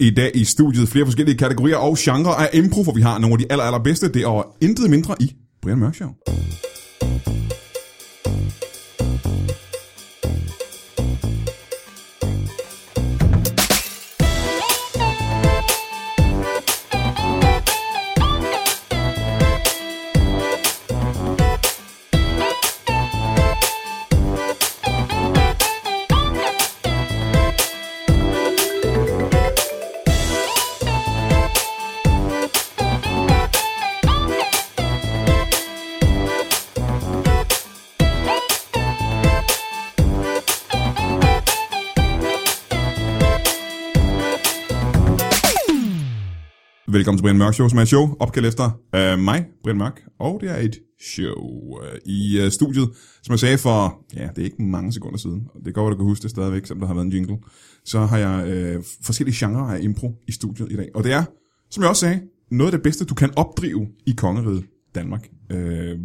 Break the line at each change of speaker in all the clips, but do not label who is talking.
I dag i studiet flere forskellige kategorier og genrer af impro, hvor vi har nogle af de aller, allerbedste. Det er intet mindre i Brian Mørk Show. Velkommen til Brian Mørk Show, som er et show opkaldt efter øh, mig, Brian Mørk, og det er et show øh, i øh, studiet, som jeg sagde for, ja, det er ikke mange sekunder siden, og det går, at du kan huske det stadigvæk, selvom der har været en jingle, så har jeg øh, forskellige genrer af impro i studiet i dag, og det er, som jeg også sagde, noget af det bedste, du kan opdrive i kongeriget Danmark. Øh,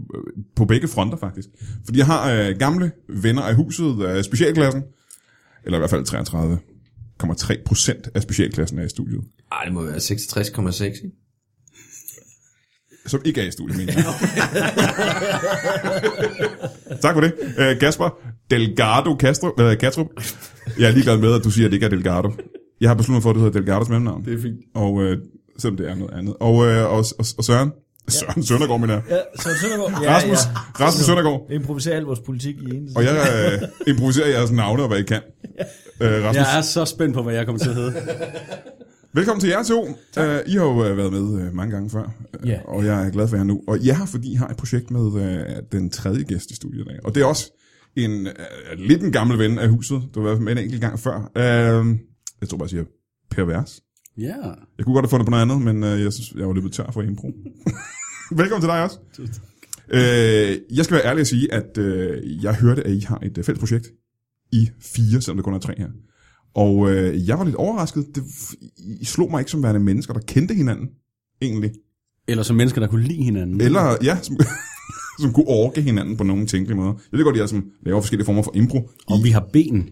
på begge fronter, faktisk. Fordi jeg har øh, gamle venner af huset, øh, specialklassen, eller i hvert fald 33,3 procent af specialklassen er i studiet.
Ej, det må være 66,6, ikke?
Som ikke er i studiet, mener jeg. tak for det. Øh, Kasper Delgado Castro, hvad hedder Katrup. Jeg er ligeglad med, at du siger, at det ikke er Delgado. Jeg har besluttet mig for, at det hedder Delgados mellemnavn.
Det er fint.
Og øh, selvom det er noget andet. Og, øh, og, og, og Søren. Søren Søndergaard, mener jeg.
Ja, så Søndergaard. Ja,
Rasmus,
Ja.
Rasmus Søndergaard.
Improviserer al vores politik i en.
Og jeg øh, improviserer jeres navne og hvad I kan. Øh, Rasmus,
Jeg er så spændt på, hvad jeg kommer til at hedde.
Velkommen til jer to. Uh, I har jo øh, været med øh, mange gange før, øh,
Ja.
og jeg er glad for jer nu. Og jeg har, fordi I har et projekt med øh, den tredje gæst i studiet i dag. Og det er også en øh, lidt en gammel ven af huset. Du har været med en enkelt gang før. Øh, jeg tror bare, jeg siger pervers.
Ja.
Jeg kunne godt have fundet på noget andet, men øh, jeg synes, jeg var løbet tør for impro. Velkommen til dig også. Øh, jeg skal være ærlig og sige, at øh, jeg hørte, at I har et øh, fælles projekt i fire, selvom det kun er tre her. Og øh, jeg var lidt overrasket. Det, I slog mig ikke som værende mennesker, der kendte hinanden, egentlig.
Eller som mennesker, der kunne lide hinanden.
Eller, ja, som, som kunne orke hinanden på nogen tænkelige måder. Jeg ved godt, at jeg som laver forskellige former for impro.
Og vi har ben.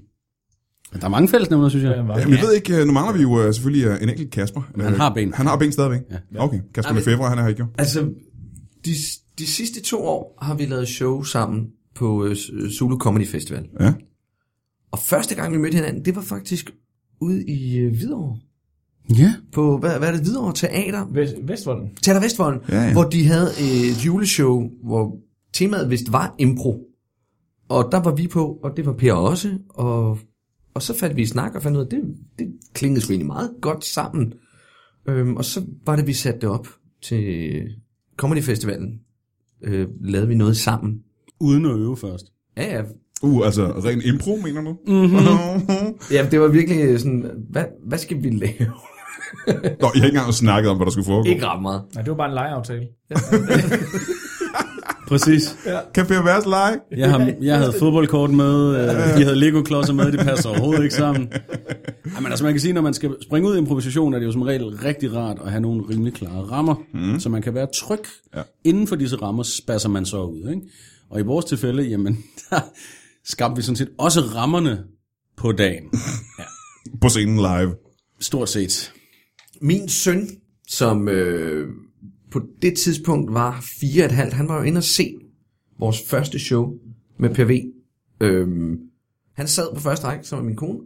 Der er mange fællesnævner, synes jeg.
Jamen, jeg ved ikke, øh, nu mangler vi jo øh, selvfølgelig øh, en enkelt Kasper.
han
Øh,
har ben.
Han har ben stadigvæk. Ja. Okay, Kasper Lefebvre, han er her ikke jo.
Altså, de, de sidste to år har vi lavet show sammen på øh, Zulu Comedy Festival.
Ja.
Og første gang, vi mødte hinanden, det var faktisk ude i øh, Hvidovre.
Ja.
På, hvad, hvad er det, Hvidovre Teater?
Vest, Vestvolden.
Teater Vestvolden,
Ja, ja.
hvor de havde øh, et juleshow, hvor temaet vist var impro. Og der var vi på, og det var Per også, og, og så faldt vi i snak og fandt ud af, at det, det klingede sgu egentlig meget godt sammen. Øhm, og så var det, vi satte det op til Comedy Festivalen. Øh, lavede vi noget sammen.
Uden at øve først.
Ja, ja.
Uh, altså ren impro, mener du? Mm-hmm.
ja det var virkelig sådan, hvad, hvad skal vi lave?
Nå, I har ikke engang snakket om, hvad der skulle foregå.
Ikke ret meget.
Nej, det var bare en lejeaftale.
Præcis.
Kan Per Vers lege?
Jeg, har, jeg havde fodboldkort med, øh, de havde Lego-klodser med, det passer overhovedet ikke sammen. Ej, men altså, man kan sige, når man skal springe ud i improvisation, er det jo som regel rigtig rart at have nogle rimelig klare rammer, mm. så man kan være tryg.
Ja.
Ja. Inden for disse rammer spasser man så ud. Ikke? Og i vores tilfælde, jamen, der skabte vi sådan set også rammerne på dagen.
På scenen live.
Stort set.
Min søn, som øh, på det tidspunkt var fire og et halvt, han var jo inde og se vores første show med PV. Øhm, han sad på første række sammen med min kone,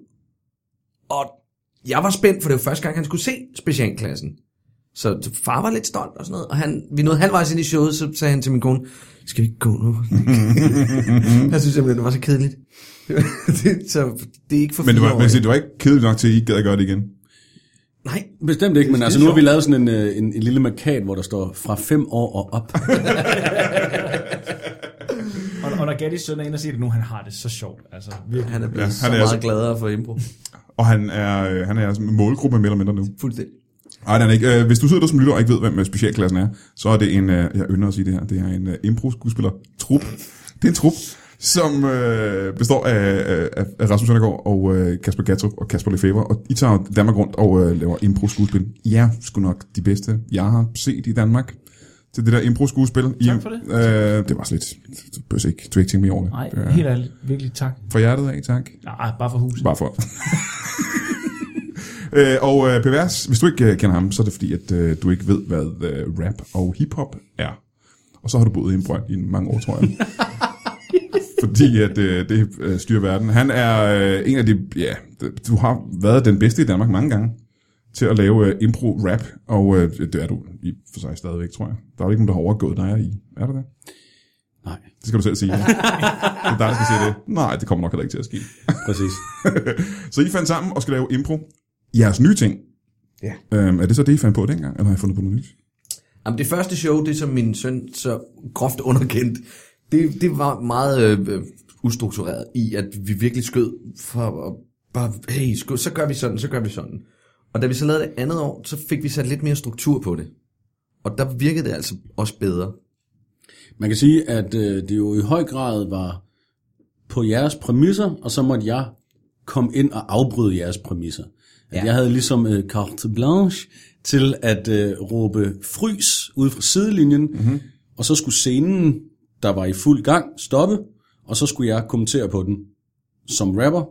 og jeg var spændt, for det var første gang, han skulle se specialklassen. Så far var lidt stolt og sådan noget, og han, vi nåede halvvejs ind i showet, så sagde han til min kone, skal vi ikke gå nu? jeg synes simpelthen, det var så kedeligt. det, så det er ikke for
Men det var, men
fireårige.
se, det var ikke kedeligt nok til, at I ikke gad at gøre det igen.
Nej,
Bestemt ikke, men altså nu har vi lavet sådan en, øh, en, en lille markat, hvor der står fra 5 år og op.
Og, og når Gattis søn er inde og siger det nu, han har det så sjovt. Altså, virkelig.
han er blevet
Ja, han er
ja, han så meget
altså-
gladere for impro.
Og han er, øh, han er altså målgruppe mere eller mindre nu.
Fuldstændig.
Nej, det er han ikke. Øh, Hvis du sidder der som lytter og ikke ved, hvem øh, specialklassen er, så er det en, øh, jeg ynder at sige det her, det er en øh, impro-skuespiller. Trup. Det er en trup, som øh, består af, øh, af- af Rasmus Søndergaard og øh, Kasper Gattrup og Kasper Lefebvre. Og I tager Danmark rundt og øh, laver impro-skuespil. I er sgu nok de bedste, jeg har set i Danmark til det der impro-skuespil.
Tak for det.
Øh, det var slet, du behøver ikke, du ikke tænke mere over det.
Nej,
Det er
helt ærligt. Virkelig tak.
Fra hjertet af, tak.
Nej, bare for huset.
Bare for. Øh, og øh, Pervers, hvis du ikke øh, kender ham, så er det fordi, at øh, du ikke ved, hvad øh, rap og hiphop er. Og så har du boet i en brønd i mange år, tror jeg. fordi at øh, det øh, styrer verden. Han er øh, en af de... Ja, du har været den bedste i Danmark mange gange til at lave øh, impro-rap, og øh, det er du i for sig stadigvæk, tror jeg. Der er jo ikke nogen, der har overgået dig i. Er der det?
Nej,
Det skal du selv sige. det er dig, der skal sige det. Nej, det kommer nok heller ikke til at ske.
præcis.
Så I fandt sammen og skal lave impro. Jeres nye ting.
Ja.
Øhm, er det så det, I fandt på dengang, eller har I fundet på noget nyt?
Jamen, det første show, det som min søn så groft underkendt, det, det var meget øh, øh, ustruktureret i, at vi virkelig skød for at bare, hey, skød, så gør vi sådan, så gør vi sådan. Og da vi så lavede det andet år, så fik vi sat lidt mere struktur på det. Og der virkede det altså også bedre.
Man kan sige, at øh, det jo i høj grad var på jeres præmisser, og så måtte jeg komme ind og afbryde jeres præmisser. At ja. Jeg havde ligesom øh, carte blanche til at øh, råbe frys ud fra sidelinjen, mm-hmm. og så skulle scenen, der var i fuld gang, stoppe, og så skulle jeg kommentere på den som rapper.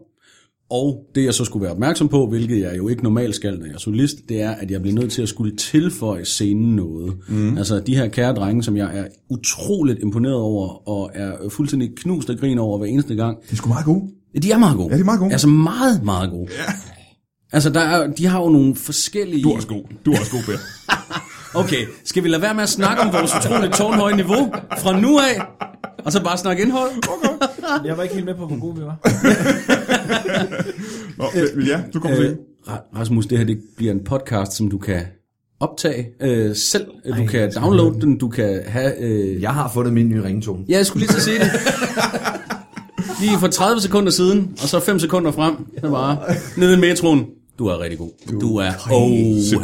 Og det, jeg så skulle være opmærksom på, hvilket jeg jo ikke normalt skal, når jeg er solist, det er, at jeg bliver nødt til at skulle tilføje scenen noget. Mm. Altså, de her kære drenge, som jeg er utroligt imponeret over, og er fuldstændig knust og grin over hver eneste gang,
Det er sgu meget gode.
de er meget gode.
Ja, de er meget gode.
Altså, meget, meget gode. Ja. Altså, der er, de har jo nogle forskellige...
Du er også god. Du er også god, Per.
Okay, skal vi lade være med at snakke om vores utroligt tårnhøje niveau fra nu af, og så bare snakke indhold?
Jeg var ikke helt med på, hvor gode vi var.
Nå, men ja, du kommer øh, til.
Ra- Rasmus, det her det bliver en podcast, som du kan optage øh, selv. Du Ej, kan downloade den, du kan have... Øh, ja.
Jeg har fundet min nye ringtone.
ja, jeg skulle lige så sige det. Lige for 30 sekunder siden, og så 5 sekunder frem, så bare nede i metroen. Du er rigtig god. Du er, åh,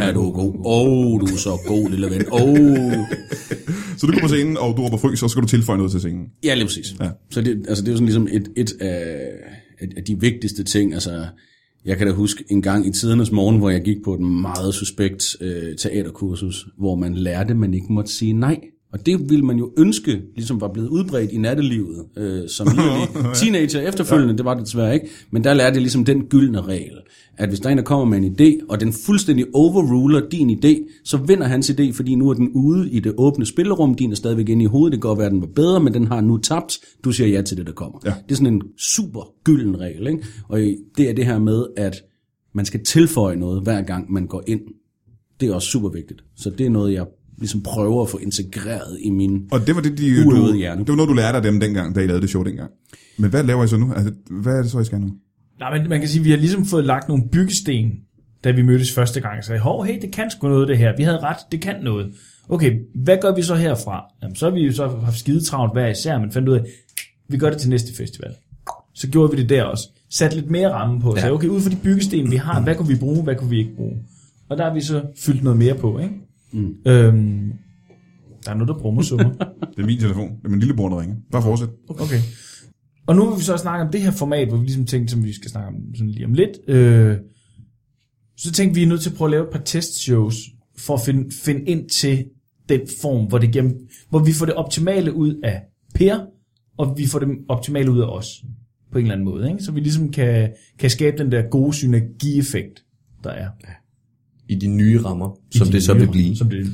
her du er god. Åh, oh, du er så god, lille ven. Åh. Oh.
Så du går på scenen, og du råber frys, og så skal du tilføje noget til scenen.
Ja, lige præcis. Ja. Så det, altså, det er jo sådan ligesom et, et af, et af de vigtigste ting. Altså, jeg kan da huske en gang i tidernes morgen, hvor jeg gik på et meget suspekt øh, teaterkursus, hvor man lærte, at man ikke måtte sige nej. Og det ville man jo ønske, ligesom var blevet udbredt i nattelivet, øh, som lille teenager efterfølgende, det var det desværre ikke, men der lærte jeg ligesom den gyldne regel, at hvis der er en, der kommer med en idé, og den fuldstændig overruler din idé, så vinder hans idé, fordi nu er den ude i det åbne spillerum, din er stadigvæk inde i hovedet, det kan godt være, at den var bedre, men den har nu tabt, du siger ja til det, der kommer.
Ja.
Det er sådan en super gylden regel, ikke? og det er det her med, at man skal tilføje noget, hver gang man går ind. Det er også super vigtigt, så det er noget, jeg ligesom prøver at få integreret i min
Og det var det, de, du,
Uøvede hjerne.
det var noget, du lærte af dem dengang, da I lavede det show dengang. Men hvad laver I så nu? Altså, hvad er det så, I skal nu?
Nej, men man kan sige, at vi har ligesom fået lagt nogle byggesten, da vi mødtes første gang. Så hov, hey, det kan sgu noget det her. Vi havde ret, det kan noget. Okay, hvad gør vi så herfra? Jamen, så har vi jo så haft skide travlt hver især, men fandt ud af, vi gør det til næste festival. Så gjorde vi det der også. Sat lidt mere ramme på. Ja. Så okay, ud fra de byggesten, vi har, hvad kunne vi bruge, hvad kunne vi ikke bruge? Og der har vi så fyldt noget mere på, ikke? Mm. Øhm, der er noget, der brummer summer.
Det er min telefon. Det er min lillebror, der ringer. Bare fortsæt.
Okay. Og nu vil vi så snakke om det her format, hvor vi ligesom tænkte, som vi skal snakke om sådan lige om lidt. Øh, så tænkte vi, vi er nødt til at prøve at lave et par testshows, for at finde, finde ind til den form, hvor, det gennem, hvor vi får det optimale ud af Per, og vi får det optimale ud af os, på en eller anden måde. Ikke? Så vi ligesom kan, kan skabe den der gode synergieffekt, der er.
I de nye rammer, som
I de
det så
nye
vil
rammer,
blive.
Som det,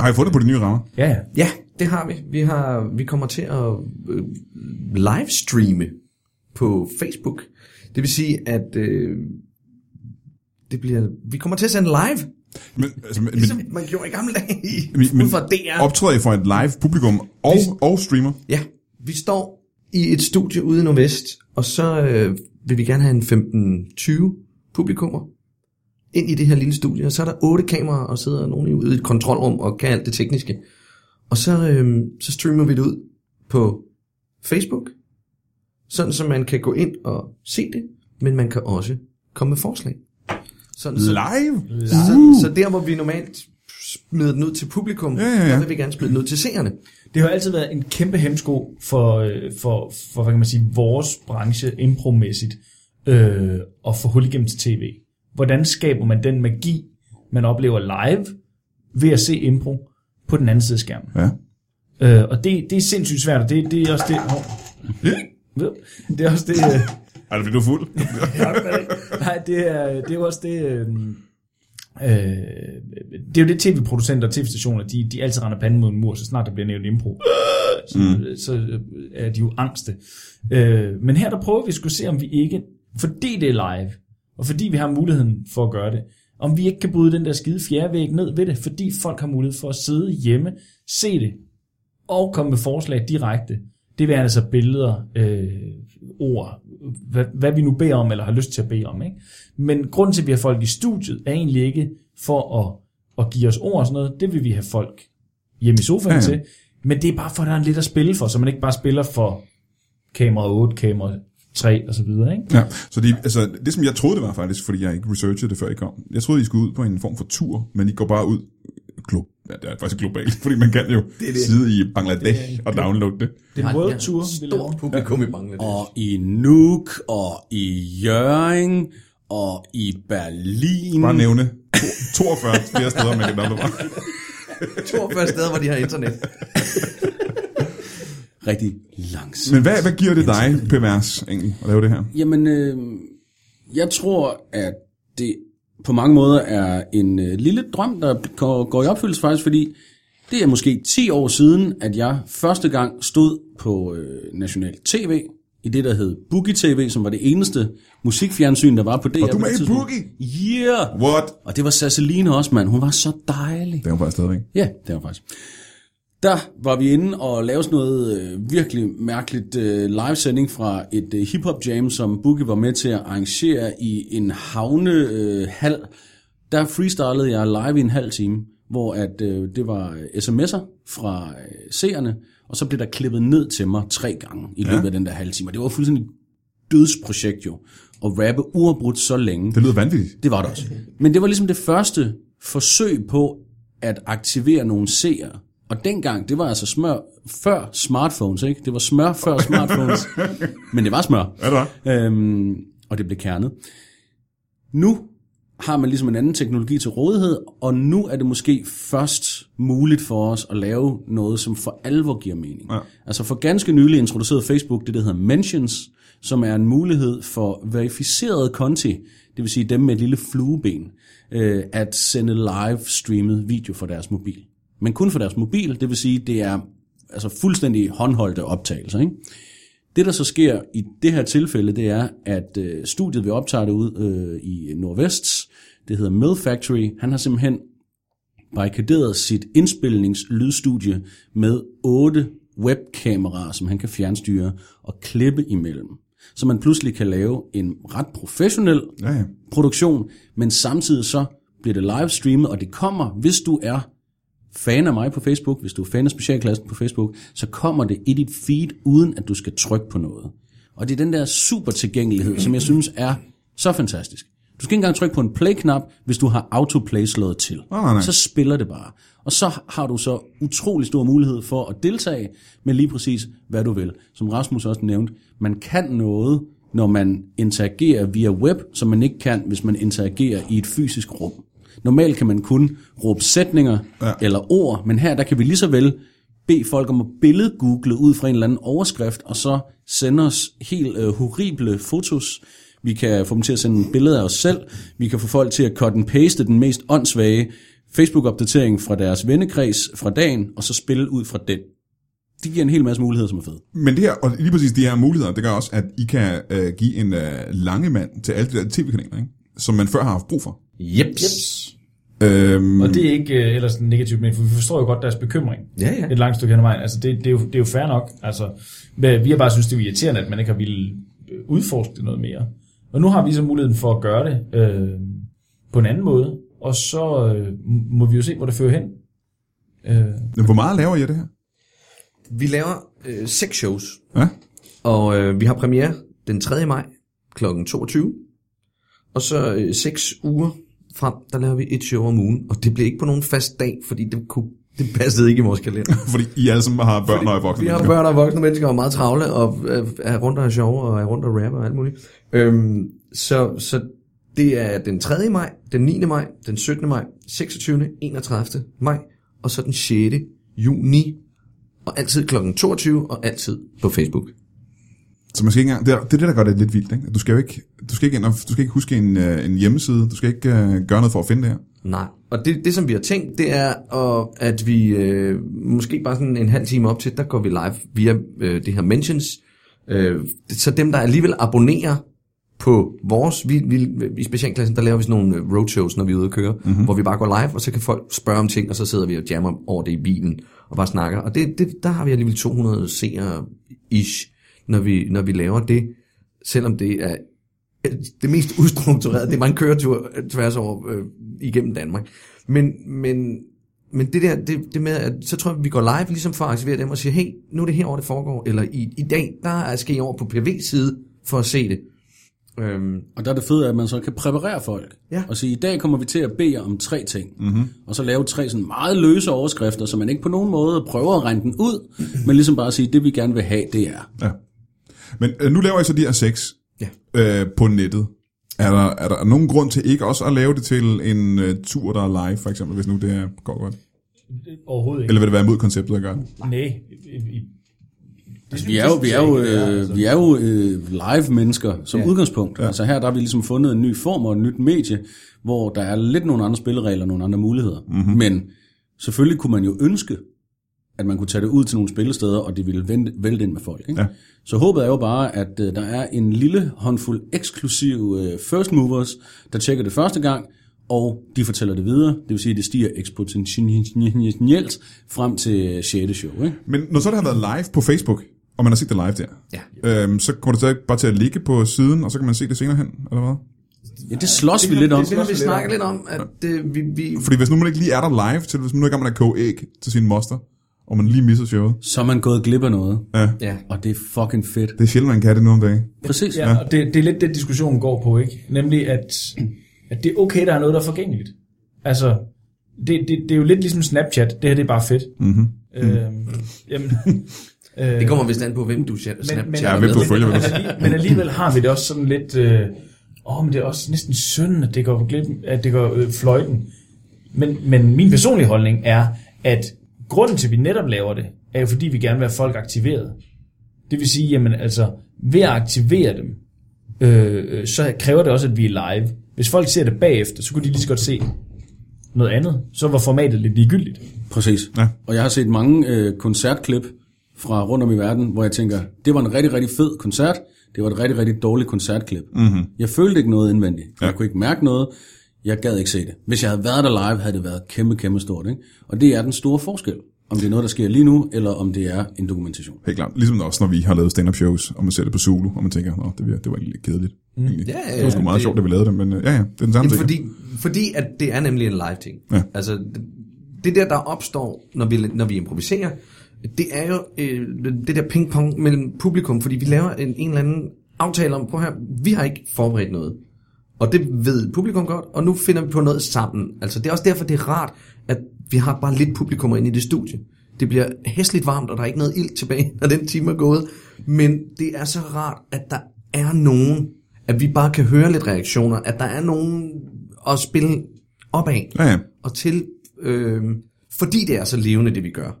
Har I fundet på de nye rammer?
ja, ja.
Ja, det har vi. Vi, har, vi kommer til at øh, livestreame på Facebook. Det vil sige, at øh, det bliver, vi kommer til at sende live,
Men, altså, men,
ligesom man gjorde i gamle dage
men, men
ud fra DR.
optræder I for et live publikum og, og streamer?
Ja, vi står i et studie ude i Nordvest, og så øh, vil vi gerne have en 15-20 publikummer ind i det her lille studie, og så er der otte kameraer, og sidder nogen ude i et kontrolrum og kan alt det tekniske. Og så, øh, så streamer vi det ud på Facebook, sådan så man kan gå ind og se det, men man kan også komme med forslag. Sådan, så,
Live?
så, så der, hvor vi normalt smider den ud til publikum, ja,
ja, ja.
der vil vi gerne smide den ud til seerne.
Det har altid været en kæmpe hemsko for, øh, for, for hvad kan man sige, vores branche impromæssigt øh, at få hul igennem til tv. Hvordan skaber man den magi, man oplever live ved at se impro på den anden side af skærmen?
Ja.
Øh, og det, det er sindssygt svært, og det, det er også det... Oh, det
Uh.
er også det... Øh,
Er det, fordi du er fuld?
Nej, det er, det er jo også det, øh, Øh, det er jo det, tv-producenter og tv-stationer, de, de altid render panden mod en mur, så snart der bliver nævnt impro, så, mm. så øh, er de jo angste. Øh, men her der prøver vi skulle se, om vi ikke, fordi det er live, og fordi vi har muligheden for at gøre det, om vi ikke kan bryde den der skide fjerdevæg ned ved det, fordi folk har mulighed for at sidde hjemme, se det, og komme med forslag direkte. Det vil altså billeder, øh, ord, hvad, hvad vi nu beder om, eller har lyst til at bede om. Ikke? Men grunden til, at vi har folk i studiet, er egentlig ikke for at, at give os ord og sådan noget. Det vil vi have folk hjemme i sofaen ja. til. Men det er bare for, at der er lidt at spille for, så man ikke bare spiller for kamera 8, kamera 3 og så videre. Ikke?
Ja, så de, altså, det som jeg troede det var faktisk, fordi jeg ikke researchede det før I kom. Jeg troede, I skulle ud på en form for tur, men I går bare ud glo- ja, det er faktisk globalt, fordi man kan jo det det. sidde i Bangladesh det og downloade det.
Det er en rød tur, vi laver.
Stort publikum i Bangladesh.
Og i Nuuk, og i Jøring, og i Berlin.
Bare nævne to- 42 flere steder, man kan downloade.
42 steder, hvor de har internet.
Rigtig langsomt.
Men hvad, hvad giver det dig, pervers, egentlig, at lave det her?
Jamen, øh, jeg tror, at det på mange måder er en øh, lille drøm, der går- går i opfyldelse faktisk, fordi det er måske 10 år siden, at jeg første gang stod på øh, national tv, i det, der hed Boogie TV, som var det eneste musikfjernsyn, der var på DR. Var
du med i Boogie?
Yeah!
What?
Og det var Sasseline også, mand. Hun var så dejlig.
Det er jo faktisk stadigvæk.
Ja, det var faktisk. Der var vi inde og lavede sådan noget øh, virkelig mærkeligt øh, livesending fra et øh, hip-hop jam, som Boogie var med til at arrangere i en havnehal. Øh, hal. der freestylede jeg live i en halv time, hvor at øh, det var øh, sms'er fra øh, seerne, og så blev der klippet ned til mig tre gange i løbet af den der halve time. Og det var fuldstændig dødsprojekt jo, at rappe uafbrudt så længe.
Det lyder vanvittigt.
Det var det også. Men det var ligesom det første forsøg på at aktivere nogle seere. Og dengang, det var altså smør før smartphones, ikke? Det var smør før smartphones. Men det var smør.
Ja, det var.
Øhm, og det blev kernet. Nu har man ligesom en anden teknologi til rådighed, og nu er det måske først muligt for os at lave noget, som for alvor giver mening.
Ja.
Altså for ganske nylig introducerede Facebook det, der hedder Mentions, som er en mulighed for verificerede konti, det vil sige dem med et lille flueben, øh, at sende live streamet video fra deres mobil. Men kun fra deres mobil, det vil sige, det er altså fuldstændig håndholdte optagelser. Ikke? Det, der så sker i det her tilfælde, det er, at øh, studiet, vi optager det ud øh, i Nordvest, det hedder Mill Factory, han har simpelthen barrikaderet sit indspilningslydstudie med otte webkameraer, som han kan fjernstyre og klippe imellem. Så man pludselig kan lave en ret professionel
Ja, ja.
produktion, men samtidig så bliver det livestreamet, og det kommer, hvis du er fan af mig på Facebook, hvis du er fan af specialklassen på Facebook, så kommer det i dit feed, uden at du skal trykke på noget. Og det er den der super tilgængelighed, som jeg synes er så fantastisk. Du skal ikke engang trykke på en play-knap, hvis du har autoplay slået til.
Nej, nej, nej.
Så spiller det bare. Og så har du så utrolig stor mulighed for at deltage med lige præcis, hvad du vil. Som Rasmus også nævnte, man kan noget, når man interagerer via web, som man ikke kan, hvis man interagerer i et fysisk rum. Normalt kan man kun råbe sætninger ja. eller ord, men her der kan vi lige så vel bede folk om at billedgoogle ud fra en eller anden overskrift, og så sende os helt øh, horrible fotos. Vi kan få dem til at sende billeder af os selv. Vi kan få folk til at cut and paste den mest åndssvage Facebook-opdatering fra deres vennekreds fra dagen, og så spille ud fra den. Det giver en hel masse muligheder, som er fede.
Men det her, og lige præcis de her muligheder, det gør også, at I kan øh, give en øh, lange mand til alle de der tv-kanaler, ikke? som man før har haft brug for.
Jeps.
Øhm,
Og det er ikke øh, ellers en negativ mening, for vi forstår jo godt deres bekymring.
Ja, ja.
Et langt stykke hen ad vejen. Altså, det, det, er jo, det er jo fair nok. Altså, men vi har bare synes det er irriterende, at man ikke har ville øh, udforske det noget mere. Og nu har vi så muligheden for at gøre det øh, på en anden måde, og så øh, må vi jo se, hvor det fører hen. Øh,
Men hvor meget laver I af det her?
Vi laver øh, seks shows,
Ja?
og øh, vi har premiere den 3. maj kl. 22. Og så øh, seks uger frem, der laver vi et show om ugen. Og det blev ikke på nogen fast dag, fordi det, kunne, det passede ikke i vores kalender.
Fordi I alle sammen har børn og er voksne.
Vi har
mennesker.
børn og voksne mennesker, og er meget travle, og øh, er rundt og er sjove, og er rundt og rapper og alt muligt. Øhm, så, så det er den 3. maj, den 9. maj, den 17. maj, 26. 31. maj, og så den 6. juni. Og altid kl. 22, og altid på Facebook.
Så man skal ikke engang, det, er, det er det, der gør det lidt vildt. Ikke? Du skal jo ikke, du skal ikke, ind og, du skal ikke huske en, øh, en hjemmeside. Du skal ikke øh, gøre noget for at finde det her.
Nej. Og det, det som vi har tænkt, det er, og at vi øh, måske bare sådan en halv time op til, der går vi live via øh, det her mentions. Øh, så dem, der alligevel abonnerer på vores, vi, vi, i specialklassen, der laver vi sådan nogle øh, roadshows, når vi er ude at køre, mm-hmm. hvor vi bare går live, og så kan folk spørge om ting, og så sidder vi og jammer over det i bilen, og bare snakker. Og det, det, der har vi alligevel 200 seere-ish, når vi, når vi laver det, selvom det er øh, det mest ustrukturerede, det var en køretur tværs over øh, igennem Danmark. Men, men, men det der, det, det med, at så tror jeg, vi går live ligesom for at aktivere dem og sige, hey, nu er det herovre, det foregår, eller i, i dag, der er skal I over på PV-side for at se det. Øhm,
Og der er det fede, at man så kan præparere folk.
Ja.
Og sige, i dag kommer vi til at bede jer om tre ting. Mm-hmm. Og så lave tre sådan meget løse overskrifter, så man ikke på nogen måde prøver at regne den ud, men ligesom bare sige, det vi gerne vil have, det er.
Ja. Men øh, nu laver I så de her seks
Ja.
øh, på nettet. Er der, er der nogen grund til ikke også at lave det til en øh, tur, der er live, for eksempel, hvis nu det her går godt?
Overhovedet ikke.
Eller vil det være mod konceptet at gøre det?
Nej. I- I-
Altså, vi er jo, vi er jo, øh, vi er jo øh, live-mennesker som ja. udgangspunkt. Ja. Altså her der har vi ligesom fundet en ny form og et nyt medie, hvor der er lidt nogle andre spilleregler og nogle andre muligheder. Mm-hmm. Men selvfølgelig kunne man jo ønske, at man kunne tage det ud til nogle spillesteder, og det ville vente, vælte ind med folk. Ikke?
Ja.
Så håbet er jo bare, at øh, der er en lille håndfuld eksklusive øh, first movers, der tjekker det første gang, og de fortæller det videre. Det vil sige, at det stiger eksponentielt frem til 6. show. Ikke?
Men når så det har været live på Facebook, og man har set det live der,
Ja.
øhm, så kommer det så ikke bare til at ligge på siden, og så kan man se det senere hen, eller hvad?
Ja, det slås vi lidt om.
Det, det, det vi snakker lidt om, at øh, vi, vi,
Fordi hvis nu man ikke lige er der live, til hvis man nu er i gang med at koge æg til sin moster, og man lige misser showet.
så er man gået glip af noget.
ja,
Og det er fucking fedt.
Det er sjældent, man kan det nu om dagen.
Præcis. Ja.
Ja, og det, det er lidt det, diskussionen går på, ikke? Nemlig, at, at det er okay, der er noget, der er forgængeligt. Altså, det, det, det er jo lidt ligesom Snapchat. Det her, det er bare fedt. Mm-hmm. Øhm, jamen, øh,
det kommer vist an på, hvem du selv
Ja, hvem du
med.
følger,
men,
vil du
alligevel, men alligevel har vi det også sådan lidt... Øh, åh, men det er også næsten synd, at det går, glip, at det går øh, fløjten. Men, men min personlige holdning er, at grunden til, at vi netop laver det, er jo fordi, vi gerne vil have folk aktiveret. Det vil sige, jamen altså, ved at aktivere dem, øh, øh, så kræver det også, at vi er live. Hvis folk ser det bagefter, så kunne de lige så godt se noget andet. Så var formatet lidt ligegyldigt.
Præcis.
Ja.
Og jeg har set mange øh, koncertklip fra rundt om i verden, hvor jeg tænker, det var en rigtig, rigtig fed koncert. Det var et rigtig, rigtig dårligt koncertklip. Mm-hmm. Jeg følte ikke noget indvendigt. Ja. Jeg kunne ikke mærke noget. Jeg gad ikke se det. Hvis jeg havde været der live, havde det været kæmpe, kæmpe stort. Ikke? Og det er den store forskel. Om det er noget, der sker lige nu, eller om det er en dokumentation.
Helt klart. Ligesom også, når vi har lavet stand-up shows, og man ser det på Zulu, og man tænker, Nå, det, vir- det var egentlig lidt kedeligt. Mm.
Ja, ja,
det var sgu
ja,
meget
det-
sjovt, da vi lavede det, men øh, ja, ja, det er den samme
Jamen,
ting.
fordi, fordi at det er nemlig en live ting.
Ja.
Altså, det, det der, der opstår, når vi, når vi improviserer, det er jo øh, det der ping-pong mellem publikum, fordi vi laver en, en eller anden aftale om, prøv her, vi har ikke forberedt noget. Og det ved publikum godt, og nu finder vi på noget sammen. Altså, det er også derfor, det er rart, at vi har bare lidt publikum ind i det studie. Det bliver hæsligt varmt, og der er ikke noget ild tilbage, når den time er gået. Men det er så rart, at der er nogen, at vi bare kan høre lidt reaktioner, at der er nogen at spille op af
Ja, ja.
og til, øh, fordi det er så levende, det vi gør.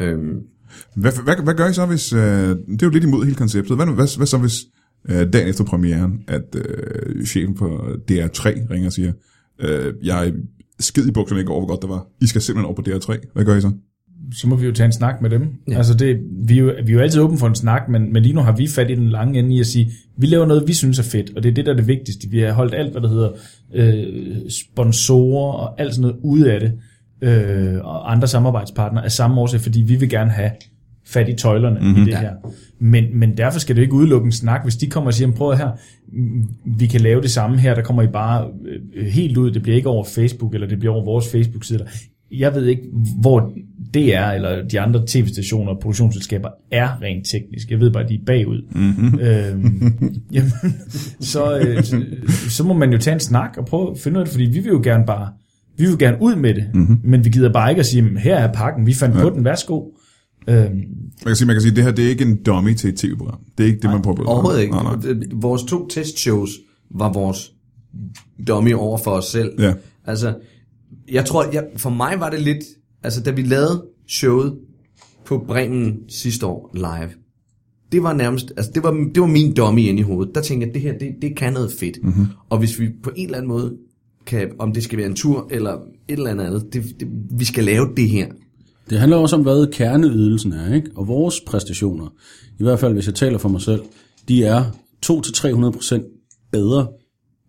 Øh,
Hvad, hvad, hvad gør I så, hvis... Øh, det er jo lidt imod hele konceptet. Hvad, nu- hvad, hvad så, hvis øh, dagen efter premieren, at øh, chefen på DR3 ringer og siger, øh, jeg er skid i bukserne i går, hvor godt det var. I skal simpelthen over på DR3. Hvad gør I så?
så må vi jo tage en snak med dem. Ja. Altså det, vi, er jo, vi er jo altid åbne for en snak, men, men lige nu har vi fat i den lange ende i at sige, vi laver noget, vi synes er fedt, og det er det, der er det vigtigste. Vi har holdt alt, hvad der hedder øh, sponsorer og alt sådan noget ude af det, øh, og andre samarbejdspartnere af samme årsag, fordi vi vil gerne have fat i tøjlerne mm-hmm. i det her. Men, men derfor skal det ikke udelukke en snak, hvis de kommer og siger, prøv at her, mm, vi kan lave det samme her, der kommer I bare øh, øh, helt ud, det bliver ikke over Facebook, eller det bliver over vores Facebook-side. eller- Jeg ved ikke, hvor DR eller de andre tv-stationer og produktionsselskaber er rent teknisk. Jeg ved bare, at de er bagud. Mm-hmm. Øhm, jamen, så, øh, så, så må man jo tage en snak og prøve at finde ud af det, fordi vi vil jo gerne bare, vi vil gerne ud med det, mm-hmm. men vi gider bare ikke at sige, "Men her er pakken, vi fandt ja. på den, værsgo. Øhm,
Man kan sige, man kan sige, det her det er ikke en dummy til et tv-program. Det er ikke det, man prøver på.
overhovedet ikke.
Nej, nej.
Øh, Vores to testshows var vores dummy over for os selv.
Ja.
Altså, jeg tror, jeg, for mig var det lidt, altså da vi lavede showet på Bremen sidste år live, det var nærmest, altså det var, det var min dummy inde i hovedet. Der tænkte jeg, det her, det, det kan noget fedt. Mm-hmm. Og hvis vi på en eller anden måde kan, om det skal være en tur eller et eller andet andet, det, det, vi skal lave det her.
Det handler også om, hvad kerneydelsen er, ikke? Og vores præstationer, i hvert fald hvis jeg taler for mig selv, de er 2-300% bedre,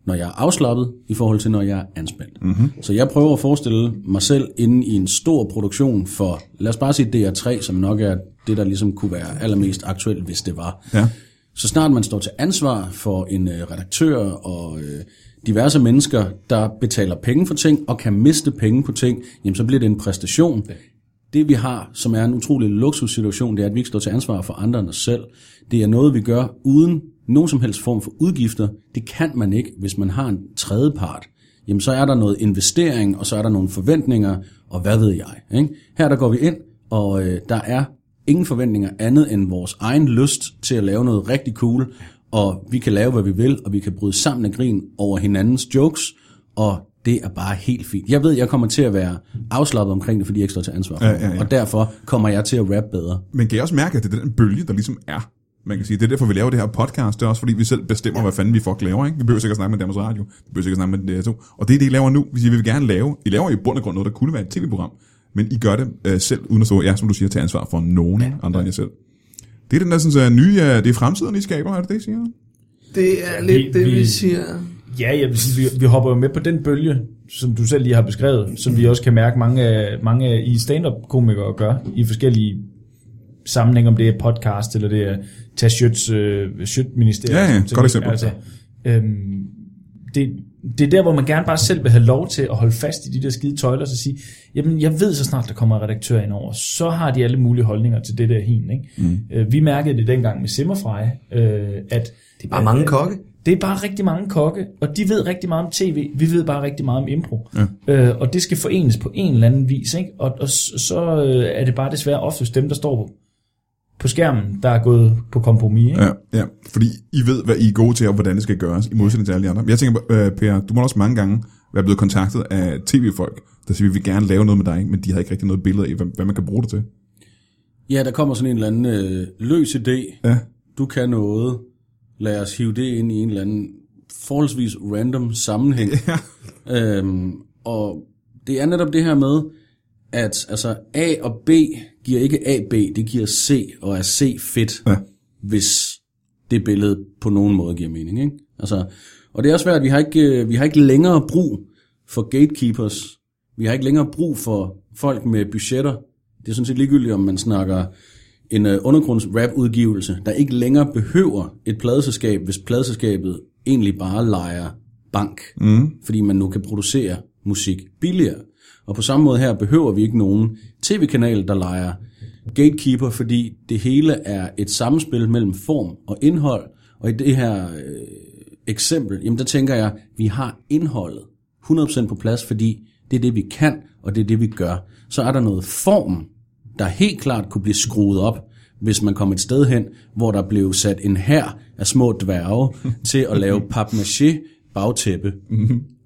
når jeg er afslappet, i forhold til når jeg er anspændt. Mm-hmm. Så jeg prøver at forestille mig selv inde i en stor produktion for, lad os bare sige DR3, som nok er det, der ligesom kunne være allermest aktuelt, hvis det var.
Ja.
Så snart man står til ansvar for en øh, redaktør og øh, diverse mennesker, der betaler penge for ting og kan miste penge på ting, jamen så bliver det en præstation. Det vi har, som er en utrolig luksussituation, det er, at vi ikke står til ansvar for andre end os selv. Det er noget, vi gør uden nogen som helst form for udgifter. Det kan man ikke, hvis man har en tredjepart. Jamen så er der noget investering, og så er der nogle forventninger, og hvad ved jeg. Ikke? Her der går vi ind, og øh, der er ingen forventninger andet end vores egen lyst til at lave noget rigtig cool, og vi kan lave, hvad vi vil, og vi kan bryde sammen af grin over hinandens jokes, og det er bare helt fint. Jeg ved, jeg kommer til at være afslappet omkring det, fordi jeg ikke står til ansvar for
Ja,
det,
ja, ja.
og derfor kommer jeg til at rappe bedre.
Men kan jeg også mærke, at det er den bølge, der ligesom er? Man kan sige, det er derfor, vi laver det her podcast. Det er også fordi, vi selv bestemmer, hvad fanden vi fuck laver. Ikke? Vi behøver sikkert snakke med Danmarks Radio. Vi behøver sikkert snakke med DR2. Og det er det, I laver nu. Vi siger, vi vil gerne lave. I laver i bund og grund noget, der kunne være et tv-program. Men I gør det øh, selv, uden at stå, ja, som du siger, til ansvar for nogen ja. andre end jer selv. Det er den der sådan, uh, nye, uh, det er fremtiden, I skaber, er det det, I siger?
Det er
vi-
lidt det,
vi-
vi siger.
Ja, jeg vil sige, vi, vi hopper jo med på den bølge, som du selv lige har beskrevet, som vi også kan mærke mange, af- mange af I stand-up-komikere gør i forskellige sammenhæng, om det er podcast, eller det er tage Schøtz, øh, Schødt-ministeriet.
Ja, ja,
sådan
godt
ting.
eksempel.
altså, øhm, det, det er der, hvor man gerne bare selv vil have lov til at holde fast i de der skide tøjler, og så sige, jamen jeg ved så snart, der kommer en redaktør ind over, så har de alle mulige holdninger til det der hin. Ikke? Mm. Øh, vi mærkede det dengang med Simmerfrej, øh, at
Det er bare mange kokke.
det er bare rigtig mange kokke, og de ved rigtig meget om tv, vi ved bare rigtig meget om impro. Ja. Øh, og det skal forenes på en eller anden vis, ikke? Og, og s- så øh, er det bare desværre oftest dem, der står på, på skærmen, der er gået på kompromis. Ikke? Ja.
Ja, ja, fordi I ved, hvad I er gode til, og hvordan det skal gøres, i modsætning til alle de andre. Men jeg tænker, øh, Per, du må også mange gange være blevet kontaktet af tv-folk, der siger, vi vil gerne lave noget med dig, men de har ikke rigtig noget billede af, hvad, hvad man kan bruge det til.
Ja, der kommer sådan en eller anden øh, løs idé.
Ja.
Du kan noget. Lad os hive det ind i en eller anden forholdsvis random sammenhæng. Ja. Øhm, og det er netop det her med, at altså, A og B giver ikke AB, det giver C, og er C fedt,
Ja.
hvis det billede på nogen måde giver mening. Ikke? Altså, og det er også svært, vi har, ikke, øh, vi har ikke længere brug for gatekeepers. Vi har ikke længere brug for folk med budgetter. Det er sådan set ligegyldigt, om man snakker en øh, undergrunds-rap-udgivelse, der ikke længere behøver et pladeselskab, hvis pladeselskabet egentlig bare leger bank, mm. fordi man nu kan producere musik billigere. Og på samme måde her behøver vi ikke nogen tv-kanal, der leger gatekeeper, fordi det hele er et samspil mellem form og indhold. Og i det her øh, eksempel, jamen der tænker jeg, vi har indholdet 100% på plads, fordi det er det, vi kan, og det er det, vi gør. Så er der noget form, der helt klart kunne blive skruet op, hvis man kom et sted hen, hvor der blev sat en hær af små dværge til at lave papmaché bagtæppe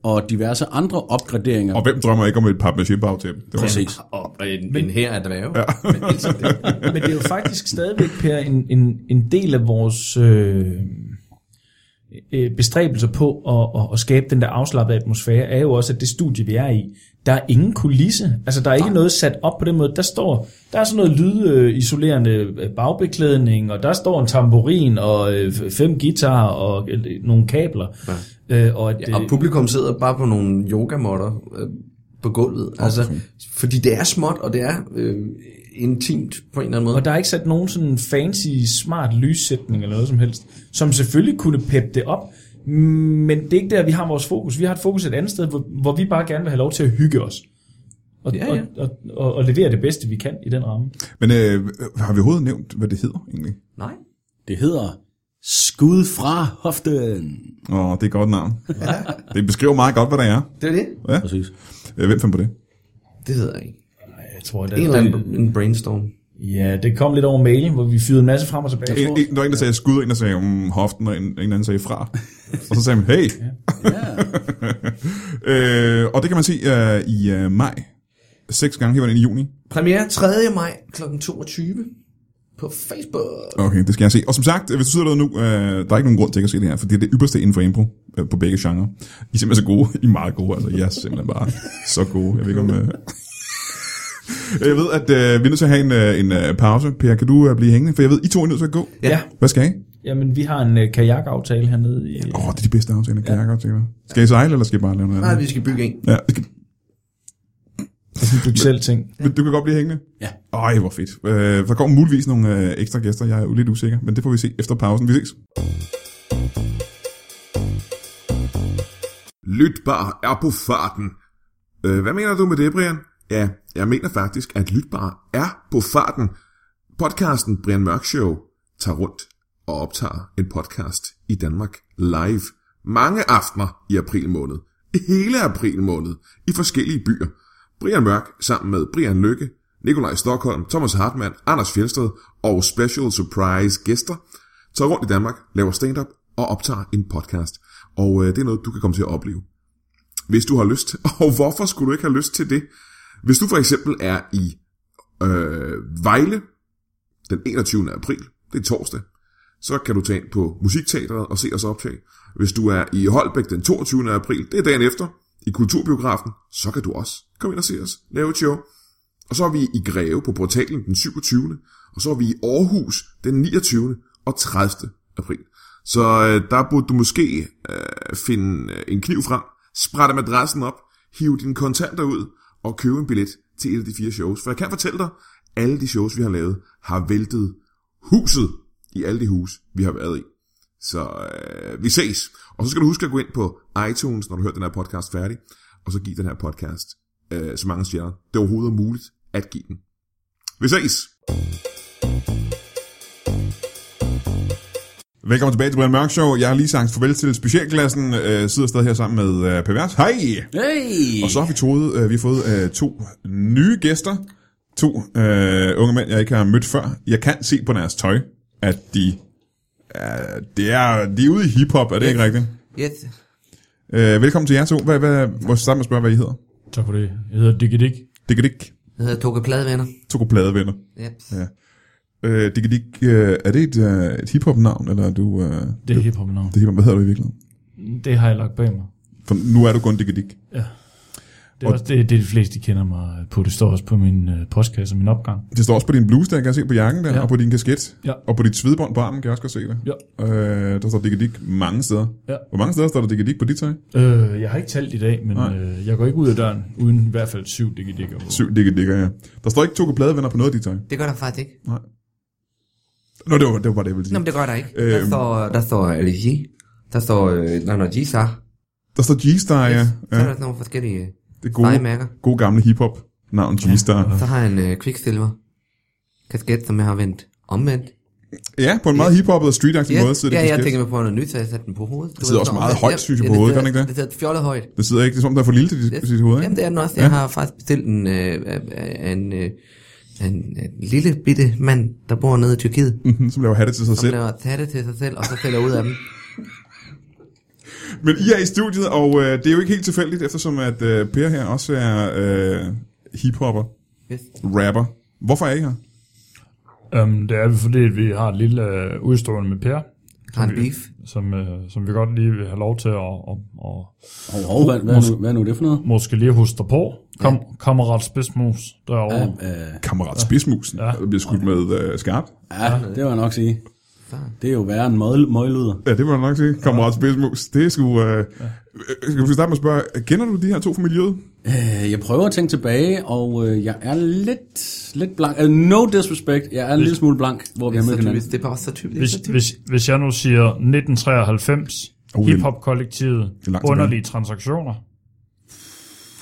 og diverse andre opgraderinger.
Og hvem drømmer ikke om et papmaché-bagtæppe? Det var
Præcis.
Og en, en her er dværge. Ja.
Men det er jo faktisk stadigvæk, Per, en, en, en del af vores øh, øh, bestræbelser på at, at, at skabe den der afslappede atmosfære, er jo også, at det studie, vi er i, der er ingen kulisse. Altså, der er ikke noget sat op på den måde. Der står, der er sådan noget lydisolerende øh, bagbeklædning, og der står en tamburin og øh, fem guitarer og øh, nogle kabler. Ja. Øh, og at,
Og publikum sidder bare på nogle yogamotter øh, på gulvet. Altså, fordi det er småt, og det er øh, intimt på en eller anden måde.
Og der er ikke sat nogen sådan fancy, smart lyssætning eller noget som helst, som selvfølgelig kunne peppe det op, men det er ikke der, vi har vores fokus. Vi har et fokus et andet sted, hvor, hvor vi bare gerne vil have lov til at hygge os. Og,
Ja, ja.
Og, og, og, og levere det bedste, vi kan i den ramme.
Men øh, har vi overhovedet nævnt, hvad det hedder egentlig?
Nej.
Det hedder Skud fra hoften.
Åh, det er et godt navn. det beskriver meget godt, hvad det er.
Det er det.
Præcis.
Øh, Hvem fandt på det?
Det hedder jeg ikke.
Jeg tror, det,
En eller anden en brainstorm.
Ja, det kom lidt over mailen, hvor vi fyrede en masse frem og tilbage.
En, en, der var en, der sagde skud, en, der sagde um, hoften, og en, en anden sagde fra. og så sagde man, hey! øh, og det kan man se øh, i øh, maj. Seks gange hiver den ind i juni.
Premiere 3. maj kl. 22. på Facebook.
Okay, det skal jeg se. Og som sagt, hvis du sidder derude nu, øh, der er ikke nogen grund til ikke at se det her, for det er det ypperste inden for impro øh, på begge genrer. I er simpelthen så gode. I er meget gode, altså. I er simpelthen bare så gode. Jeg ved ikke om... Øh... Jeg ved, at øh, vi er nødt til at have en, øh, en øh, pause. Per, kan du øh, blive hængende? For jeg ved, I to er nødt til at gå.
Ja.
Hvad skal I?
Jamen, vi har en øh, kajakaftale hernede. I,
Åh, oh, det er de bedste aftaler, kan ja. jeg godt tænke mig. Skal I sejle, eller skal I bare lave noget
Nej,
andet?
vi skal bygge en.
Ja, skal...
du selv ting.
Men du kan godt blive hængende?
Ja.
Ej, hvor fedt. Øh, der kommer muligvis nogle øh, ekstra gæster, jeg er jo lidt usikker, men det får vi se efter pausen. Vi ses.
Lytbar er på farten. Øh, hvad mener du med det, Brian? Ja, jeg mener faktisk, at Lytbar er på farten. Podcasten Brian Mørk Show tager rundt og optager en podcast i Danmark live. Mange aftener i april måned. I hele april måned. I forskellige byer. Brian Mørk sammen med Brian Lykke, Nikolaj Stockholm, Thomas Hartmann, Anders Fjeldsted og special surprise gæster tager rundt i Danmark, laver stand-up og optager en podcast. Og øh, det er noget, du kan komme til at opleve, hvis du har lyst. Og hvorfor skulle du ikke have lyst til det? Hvis du for eksempel er i øh, Vejle den 21. april, det er torsdag, så kan du tage ind på Musikteateret og se os optage. Hvis du er i Holbæk den 22. april, det er dagen efter, i Kulturbiografen, så kan du også komme ind og se os, lave et show. Og så er vi i Greve på portalen den 27. Og så er vi i Aarhus den 29. og 30. april. Så øh, der burde du måske øh, finde øh, en kniv frem, sprætte madrassen op, hive dine kontanter ud og købe en billet til et af de fire shows. For jeg kan fortælle dig, alle de shows, vi har lavet, har væltet huset i alle de hus, vi har været i. Så øh, vi ses. Og så skal du huske at gå ind på iTunes, når du hører den her podcast færdig, og så give den her podcast øh, så mange stjerner, det overhovedet er muligt at give den. Vi ses!
Velkommen tilbage til Brian Mørk Show. Jeg har lige sagt farvel til specialklassen. Øh, sidder stadig her sammen med øh, Pervers. Hej!
Hey!
Og så har vi, troet, øh, vi har fået øh, to nye gæster. To øh, unge mænd, jeg ikke har mødt før. Jeg kan se på deres tøj, at de, øh, det er, de er ude i hiphop. Er det ikke rigtigt?
Yes.
Øh, velkommen til jer to. Hvad, hvad, må jeg starte med at spørge, hvad I hedder?
Tak for det. Jeg hedder Diggy Dick.
Dikke Dik.
Jeg hedder Toke Pladevenner.
To pladevenner.
Yep.
Øh, Dikke Dik, øh, er det et, øh, et hiphop-navn, eller er du... Øh,
Det er hiphop navn.
det er hiphop, hvad hedder du i virkeligheden?
Det har jeg lagt bag mig.
For nu er du kun Dikke Dik.
Det er også det, det, de fleste kender mig på. Det står også på min øh, postkasse og min opgang.
Det står også på din bluse, der kan jeg se på jakken der, ja.
Ja.
og på din kasket,
Ja.
og på dit svedbånd på armen, kan jeg også godt se det.
Ja.
Øh, der står Dikke Dik mange steder.
Ja.
Hvor mange steder står der Dikke Dik på dit tøj?
Øh, jeg har ikke talt i dag, men
Nej.
øh, jeg går ikke ud af døren uden i hvert fald syv Diggy Dicker på.
Syv Dikke Dikker, ja. Der står ikke to pladevenner på noget af dit tøj.
Det gør der faktisk ikke.
Nå, det var, det var bare det, jeg ville sige.
Nå, men det gør der ikke.
Øhm.
Øh,
Øhm. Der står, der står Alici. Der står øh, Nana Gisa.
Der står G-Star, ja.
Så
ja.
er der sådan nogle forskellige
Det er gode,
fejmærker.
gode gamle hiphop navn G-Star.
Så har jeg en øh, Quicksilver kasket, som jeg har vendt omvendt.
Ja, på en meget hiphoppet og street yes.
Ja,
måde sidder
ja,
det
jeg
kasket.
tænkte mig på noget nyt, så jeg satte den på hovedet. Det
sidder også meget højt, synes jeg, på hovedet, gør den ikke det?
Det sidder fjollet højt.
Det sidder ikke, det er som om, der er for lille til dit, til dit hoved, ikke?
Jamen, det er den også. Jeg
Ja.
ja. har faktisk bestilt en, øh, øh, en, øh, en, en lille bitte mand, der bor nede i Tyrkiet,
Mhm, Som laver hatte til sig
som
selv.
laver hatte til sig selv, og så fælder ud af dem.
Men I er i studiet, og øh, det er jo ikke helt tilfældigt, eftersom at øh, Per her også er øh, hiphopper,
Yes.
rapper. Hvorfor er I her?
Øhm, det er vi, fordi at vi har et lille øh, udstående med Per,
Har en beef.
som, øh, som vi godt lige vil have lov til at, at, at
Hov, hov, hvad, hvad, er nu, hvad er nu det for noget?
måske lige huske dig på. Kom, ja. Kammerat Spidsmus
Ja,
derovre.
øh,
Kammerat Spidsmusen, ja. der bliver skudt med øh, skarpt.
ja, det var nok sige. Det er jo værre end møg- møglyder.
Ja, det må jeg nok sige. Kammerat Spidsmus, det er sgu... Øh, øh, skal vi starte med at spørge, kender du de her to fra miljøet?
Øh, Jeg prøver at tænke tilbage, og øh, jeg er lidt, lidt blank. Uh, no disrespect, jeg er en lille smule blank, hvor vi har
Så
mødt hinanden.
typisk, det er bare så typisk.
Hvis, hvis, hvis jeg nu siger 1993,
Oh,
oh,
det er-
hiphop-kollektivet,
er langt
underlige transaktioner.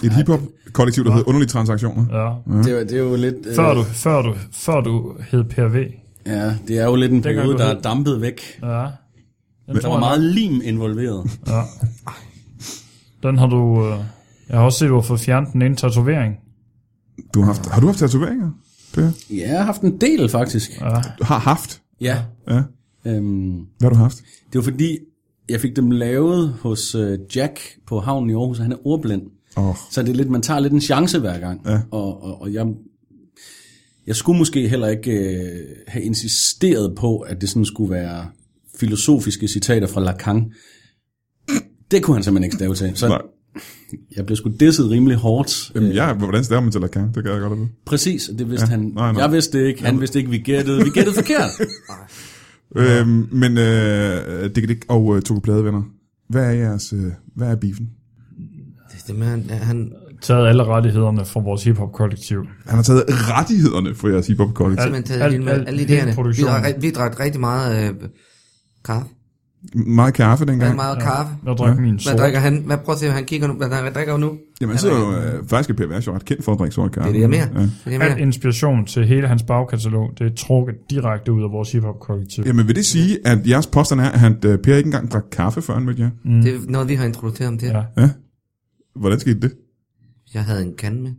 Et hiphop-kollektiv, der hedder Underlige Transaktioner.
Ja.
Det er, jo- det er jo lidt... Øh,
Før, du, før, du, før du hed PRV.
Ja, det er jo lidt en
Dengang
periode,
du
der
hed-
er dampet væk.
Ja. Den,
Der var meget lim involveret.
Ja. Den har du... Øh, jeg har også set, du har fået fjernet den ene tatovering.
Du har, haft, har du haft tatoveringer? Per?
Ja, jeg har haft en del, faktisk.
Du har haft?
Ja.
Ja.
Øhm,
Hvad har du haft?
det var fordi, jeg fik dem lavet hos øh, Jack på havnen i Aarhus, og han er ordblind.
Åh, oh,
Så det er lidt, man tager lidt en chance hver gang.
Ja.
Og, og, og jeg, Jeg skulle måske heller ikke øh, have insisteret på, at det sådan skulle være filosofiske citater fra Lacan. Det kunne han simpelthen ikke stave til. Så
Nej.
jeg blev sgu disset rimelig hårdt.
Jamen, ja, hvordan stager man til Lacan? Det kan jeg godt have.
Præcis, og det vidste ja, han.
nej, nej.
Jeg vidste det ikke, han vidste ikke, vi gættede. Vi gættede forkert.
Øhm, men øh, det kan og øh, Toke Pladevenner, hvad er jeres, øh, hvad er beefen?
Det, det med, han, han,
Taget alle rettighederne fra vores hiphop-kollektiv.
Han har taget rettighederne fra jeres hiphop kollektiv.
simpelthen taget
alt-
alle, alle,
alt-
alle
hele
idéerne. Vi
produktionen.
drak, ri- vi drak rigtig meget øh, kaffe.
Meget kaffe
Rigtig
dengang.
meget kaffe.
Jeg drak
Ja.
ja. min
Hvad
sort.
drikker han? Hvad, prøv at se, hvad han kigger nu. Hvad hvad drikker han nu? Det
Jamen, han sidder jo, øh, faktisk er Per Vers jo ret kendt for at drikke sort kaffe.
er det, jeg mere. Det
Ja.
er det, jeg
Al
mere.
inspiration til hele hans bagkatalog, det er trukket direkte ud af vores hiphop-kollektiv.
Jamen, vil det sige, at jeres påstand er, at øh, Per ikke engang drak kaffe, før han mødte jer?
Det er noget, vi har introduceret ham til.
Ja.
Ja. Hvordan skete det?
Jeg havde en kande med.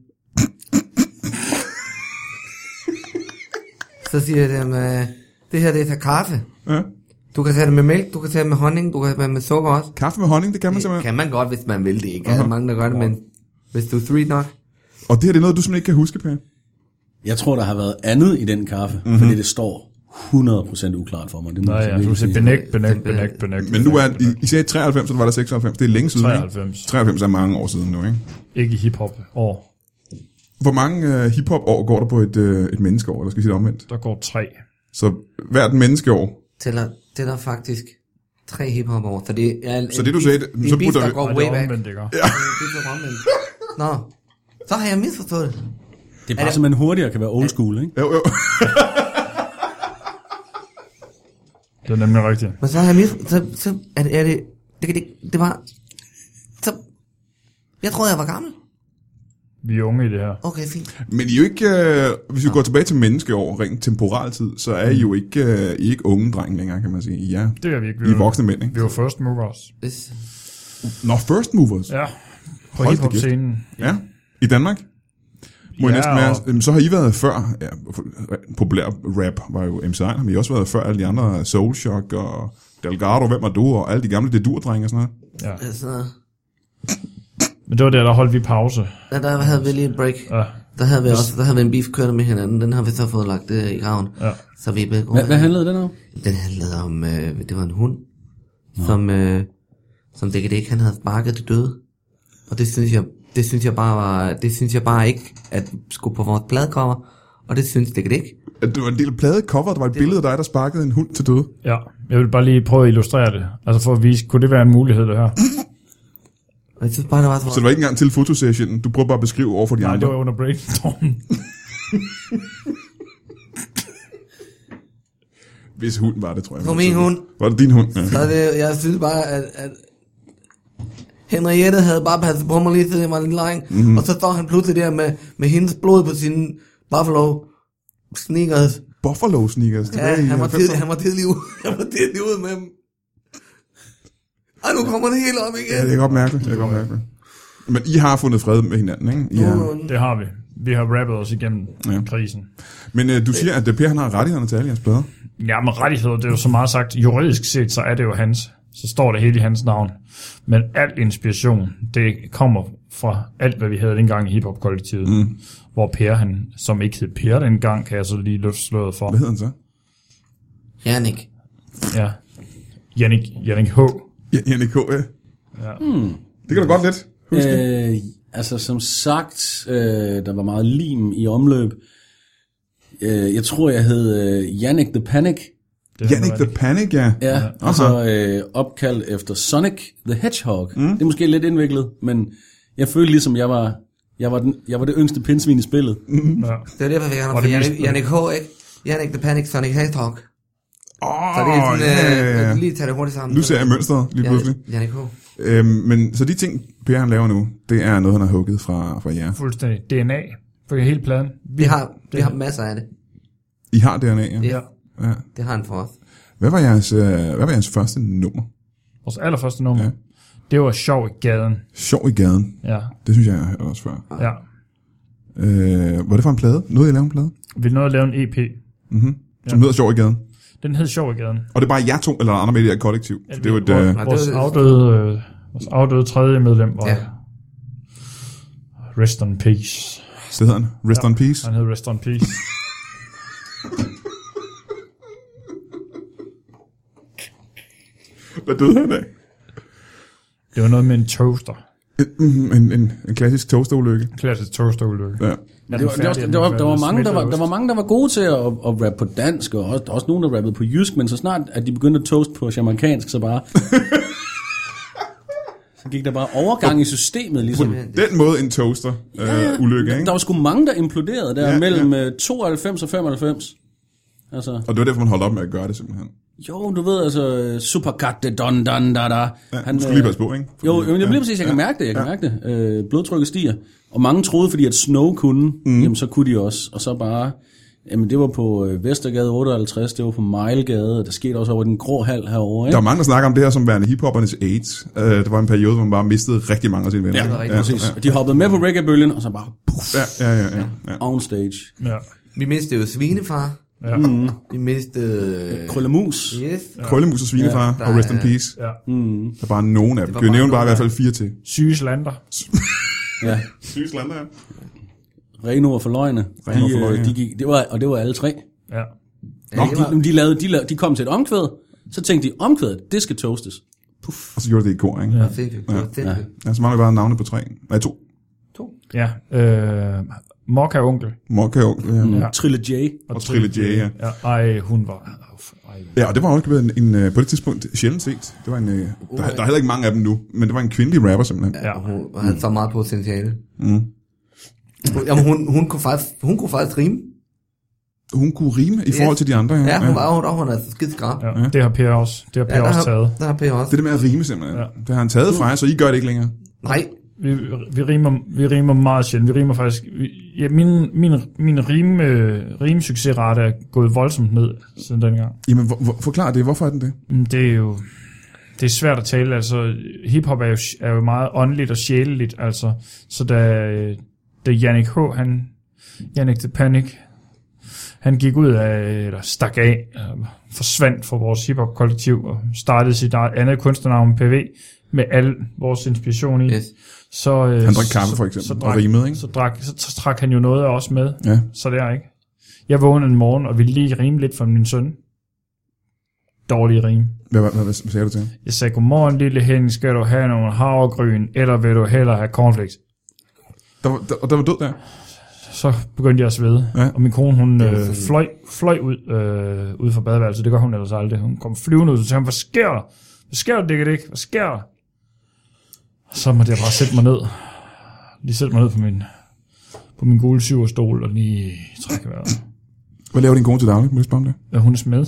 Så siger jeg dem, øh, det her det er så kaffe.
Ja.
Du kan tage det med mælk, du kan tage det med honning, du kan tage det med sukker også.
Kaffe med honning, det kan man
Det
simpelthen. Uh-huh.
kan man godt, hvis man vil det. Ikke alle mange, der gør det, men hvis du er three nok.
Og det her det er noget, du simpelthen ikke kan huske, Per.
Jeg tror, der har været andet i den kaffe,
Mhm.
mm-hmm. fordi det står 100% uklart for mig. Det må
Nej,
jeg
ja,
virkelig
du siger
sige.
benægt, benægt, benægt, benægt.
Men nu er, I, I sagde 93, så var der 96. Det er længe siden, ikke?
93.
93 er mange år siden nu, ikke?
Ikke i hiphop år.
Hvor mange øh, hiphop-år går der på et, øh, et menneskeår, eller skal vi sige det omvendt?
Der går tre.
Så hvert menneskeår,
Tæller, tæller faktisk tre hiphop over. Så det er en,
Så det, du sagde,
en,
så
en beef,
putter
der
vi-
går
Og det
way
er
back.
omvendt, ikke?
En beef, der går omvendt. Nå, så har jeg misforstået det.
Det er bare simpelthen hurtigere kan være old school, ikke?
Jo, jo.
Det er nemlig rigtigt.
Men så har jeg misforstået, så, så er det, er det, det, kan det, det var, så, jeg troede, jeg var gammel.
Vi er unge i det her.
Okay, fint.
Men I er jo ikke, øh, hvis vi går tilbage til menneskeår, rent temporaltid, så er I jo ikke, øh, I er ikke unge drenge længere, kan man sige. I er,
Det er vi ikke.
I
Vi
er voksne mænd, ikke?
Vi var first movers.
Hvis,
Nå, first movers.
Ja. På
Hold da
hiphop-scenen.
Ja. I Danmark? Må ja,
Ja,
næsten være,
og-
Jamen, så har I været før, ja, populær rap var jo MC Ejner, men I har også været før alle de andre Soul Shock og Delgado, hvem er du, og alle de gamle dedurdrenge og sådan noget.
Ja.
altså,
Men det var der, der holdt vi pause.
der, der havde vi lige et break.
Ja.
Der havde vi også, der havde vi en beef kørende med hinanden. Den har vi så fået lagt øh, i graven.
Ja.
Så vi er begge
Hvad, hvad handlede den om?
Den handlede om, øh, det var en hund, som, øh, som det ikke han havde sparket det døde. Og det synes jeg, det synes jeg bare var, det synes jeg bare ikke, at skulle på vores pladecover. Og det synes det ikke.
At Det var en del pladecover, der var et billede af dig, der sparkede en hund til døde.
ja. Jeg vil bare lige prøve at illustrere det. Altså for at vise, kunne det være en mulighed, det her?
Og jeg synes bare, det var så,
Så det var ikke engang til fotosessionen. Du prøver bare at beskrive over for de
Nej,
andre.
det var under brainstormen.
Hvis hunden var det, tror jeg.
Det var min hund.
Var det din hund? Ja.
Så det, jeg synes bare, at, at Henriette havde bare passet på mig lige til det var lidt lang.
Mhm.
Mm-hmm. Og så står han pludselig der med, med hendes blod på sine buffalo sneakers.
Buffalo sneakers.
Ja,
tilbage i
han var,
90'erne.
tid, han var tidlig ude, han var tidlig ude med dem. Ej, nu kommer det hele op
Ja,
igen.
det er godt mærkeligt. Det er godt mærkeligt. Men I har fundet fred med hinanden, ikke? I har.
det har vi. Vi har rappet os igennem
Ja.
ja. krisen.
Men øh, du siger, at øh, Per han har rettighederne til alle jeres plader.
Ja, men rettigheder, det er jo så meget sagt. Juridisk set, så er det jo hans. Så står det hele i hans navn. Men al inspiration, det kommer fra alt, hvad vi havde dengang i hiphop-kollektivet. Mm. Hvor Per, han, som ikke hed Per dengang, kan jeg så lige løfte sløret for.
Hvad hedder han så?
Jannik.
Ja. Jannik, Jannik H.
Ja, Janne K. Ja. Hmm. Det kan du godt lidt.
Øh, altså som sagt, øh, der var meget lim i omløb. Øh, jeg tror, jeg hed øh, Yannick the Panic.
Det
Jannik The Panic, ja.
Ja, altså øh, opkaldt efter Sonic the Hedgehog. Mm. Det er måske lidt indviklet, men jeg følte ligesom, jeg var, jeg var, den, jeg var det yngste pindsvin i spillet.
Ja.
Det var derfor, vi kalder ham
Og
for
det
Jannik,
meste-
Jannik H, ikke? Jannik the Panic Sonic Hedgehog.
Åh,
Så det er sådan, øh,
ja,
jeg
ja,
kan
ja.
lige tage det hurtigt sammen.
Nu ser jeg mønstret lige pludselig.
Jannik- Jannik H.
Øhm, men så de ting, Per han laver nu, det er noget, han har hugget fra, fra jer.
Fuldstændig. DNA. For hele pladen.
Vi har, vi har masser af det.
I har DNA, ja.
Ja.
ja.
Det har han for os.
Hvad var jeres, øh, hvad var jeres første nummer?
Vores allerførste nummer.
Ja.
Ja. Det var sjov i gaden.
Sjov i gaden.
Ja.
Det synes jeg, jeg har hørt også før.
ja.
Øh, var det for en plade? Noget, I lavede en plade?
Vi nåede at lave en EP.
Som hedder Sjov i gaden.
Den hed Sjov i gaden.
Og det er bare jer to, eller andre med i det her kollektiv. Ja, det er jo et... Øh,
vores, vores, afdøde, øh, vores afdøde tredje medlem var...
Ja.
Ja. Rest in peace.
så hedder han Rest ja. on Peace.
Han hed Rest in peace.
Hvad døde han af?
Det var noget med en toaster.
Mm, En, en, en klassisk toasterulykke.
Klassisk toasterulykke.
Ja.
Ja, det var, det var, det var, der, var mange, der, var, der var mange, der var gode til at, at rappe på dansk, og også, der var også nogen, der rappede på jysk, men så snart, at de begyndte at toast på jamaikansk, så bare... så gik der bare overgang i systemet, ligesom.
Den måde en toaster øh, ulykke, ikke?
Der var sgu mange, der imploderede der
Ja,
ja, mellem ja. 92 og 95. Altså,
Og det var derfor, man holdt op med at gøre det, simpelthen.
jo, du ved, altså, supercut, det don, don, da, da.
Ja, han, skulle lige passe på, ikke?
Jo, jo, men jeg bliver præcis, jeg kan mærke det, jeg kan mærke det. Øh, blodtrykket stiger. Og mange troede, fordi at Snow kunne, mm. jamen så kunne de også. Og så bare, jamen det var på øh, Vestergade 58, det var på Mejlgade, og der skete også over i den grå hal herovre,
Der
ikke?
er mange, der snakker om det her som værende hiphoppernes AIDS. Øh, der var en periode, hvor man bare mistede rigtig mange af sine venner.
var rigtig
Præcis. Og de hoppede med på reggae-bølgen, og så bare puff,
Ja, ja, ja, ja, ja.
on stage.
Ja.
Vi mistede jo svinefar.
Ja.
Mm. Vi mistede... øh,
Krøllemus.
Yes.
Krøllemus og svinefar
der
og rest in
er-
peace.
ja.
Der er bare nogen af dem.
var
Kan vi
bare
nævne bare i
nogle
hvert fald fire til?
Sygeslander.
Ja.
Syge slander, ja.
Reno og forløgne.
Reno og
De,
Forløjne,
øh,
ja.
de gik, det var, og det var alle tre.
Ja.
Ja, det var,
De, de, lavede, de, lavede, de kom til et omkvæd, så tænkte de, omkvædet, det skal toastes.
Og så gjorde det i kor, ikke? Ja.
sindssygt. Det var sindssygt.
ja så mangler vi bare navne på tre. Nej, to.
Ja. Øh, Mokka onkel.
Mokka og, ja.
Mm. Trille J.
og Trille J, ja.
Ja. Ej, hun var... Ej,
Ja, og det var også en, en, øh, på det tidspunkt sjældent set. Det var en, øh, der, der er heller ikke mange af dem nu, men det var en kvindelig rapper simpelthen.
ja.
Og hun og havde så meget potentiale. Mm. Jamen, hun, hun, kunne faktisk, hun kunne faktisk rime.
Hun kunne rime i forhold til de andre.
Ja, hun var, hun, og hun er skide skrab. Ja,
ja. Det har Per også, det har per
der,
også
har,
taget.
der har Per også.
Det der med at rime simpelthen. Ja. Det har han taget fra jer, så I gør det ikke længere.
Nej,
Vi, vi, rimer, vi rimer meget sjældent. Vi rimer faktisk... Vi, ja, min, min, min rim, øh, rimsuccesrate er gået voldsomt ned siden dengang.
Jamen, hvor, hvor, forklar det. Hvorfor er den det?
Mm, Det er jo det er svært at tale. Altså, hiphop er jo, er jo meget åndeligt og sjæleligt. Altså. Så da, øh, da Jannik H., han, Jannik The Panic, han gik ud af, eller stak af, øh, forsvandt fra vores hiphop-kollektiv og startede sit eget andet kunstnernavn PV med al vores inspiration i.
yes.
Så, øh,
Han drak kaffe, for eksempel,
så,
og
så, drak,
rimede, ikke?
Så, drak, så, så trak han jo noget af os med,
Ja.
så der, ikke? Jeg vågnede en morgen og ville lige rime lidt for min søn. Dårlig rim.
Hvad, hvad, hvad, hvad sagde du til ham?
Jeg sagde, godmorgen lille Henning, skal du have nogle havregryn, eller vil du hellere have cornflakes?
Der, var- der, og der var død der.
Så begyndte jeg at svede,
Ja.
ja. og min kone hun øh, fløj, fløj ud, øh, ud fra badeværelset, det gør hun ellers aldrig. Hun kom flyvende ud, så sagde hun, hvad sker der? Hvad sker der, Dikke Dick? Hvad sker der? Så måtte jeg bare sætte mig ned, lige sætte mig ned på min, på min gule syverstol, og lige trække vejret.
Hvad laver din kone til daglig? Må jeg spørge om det?
Ja, hun er smed.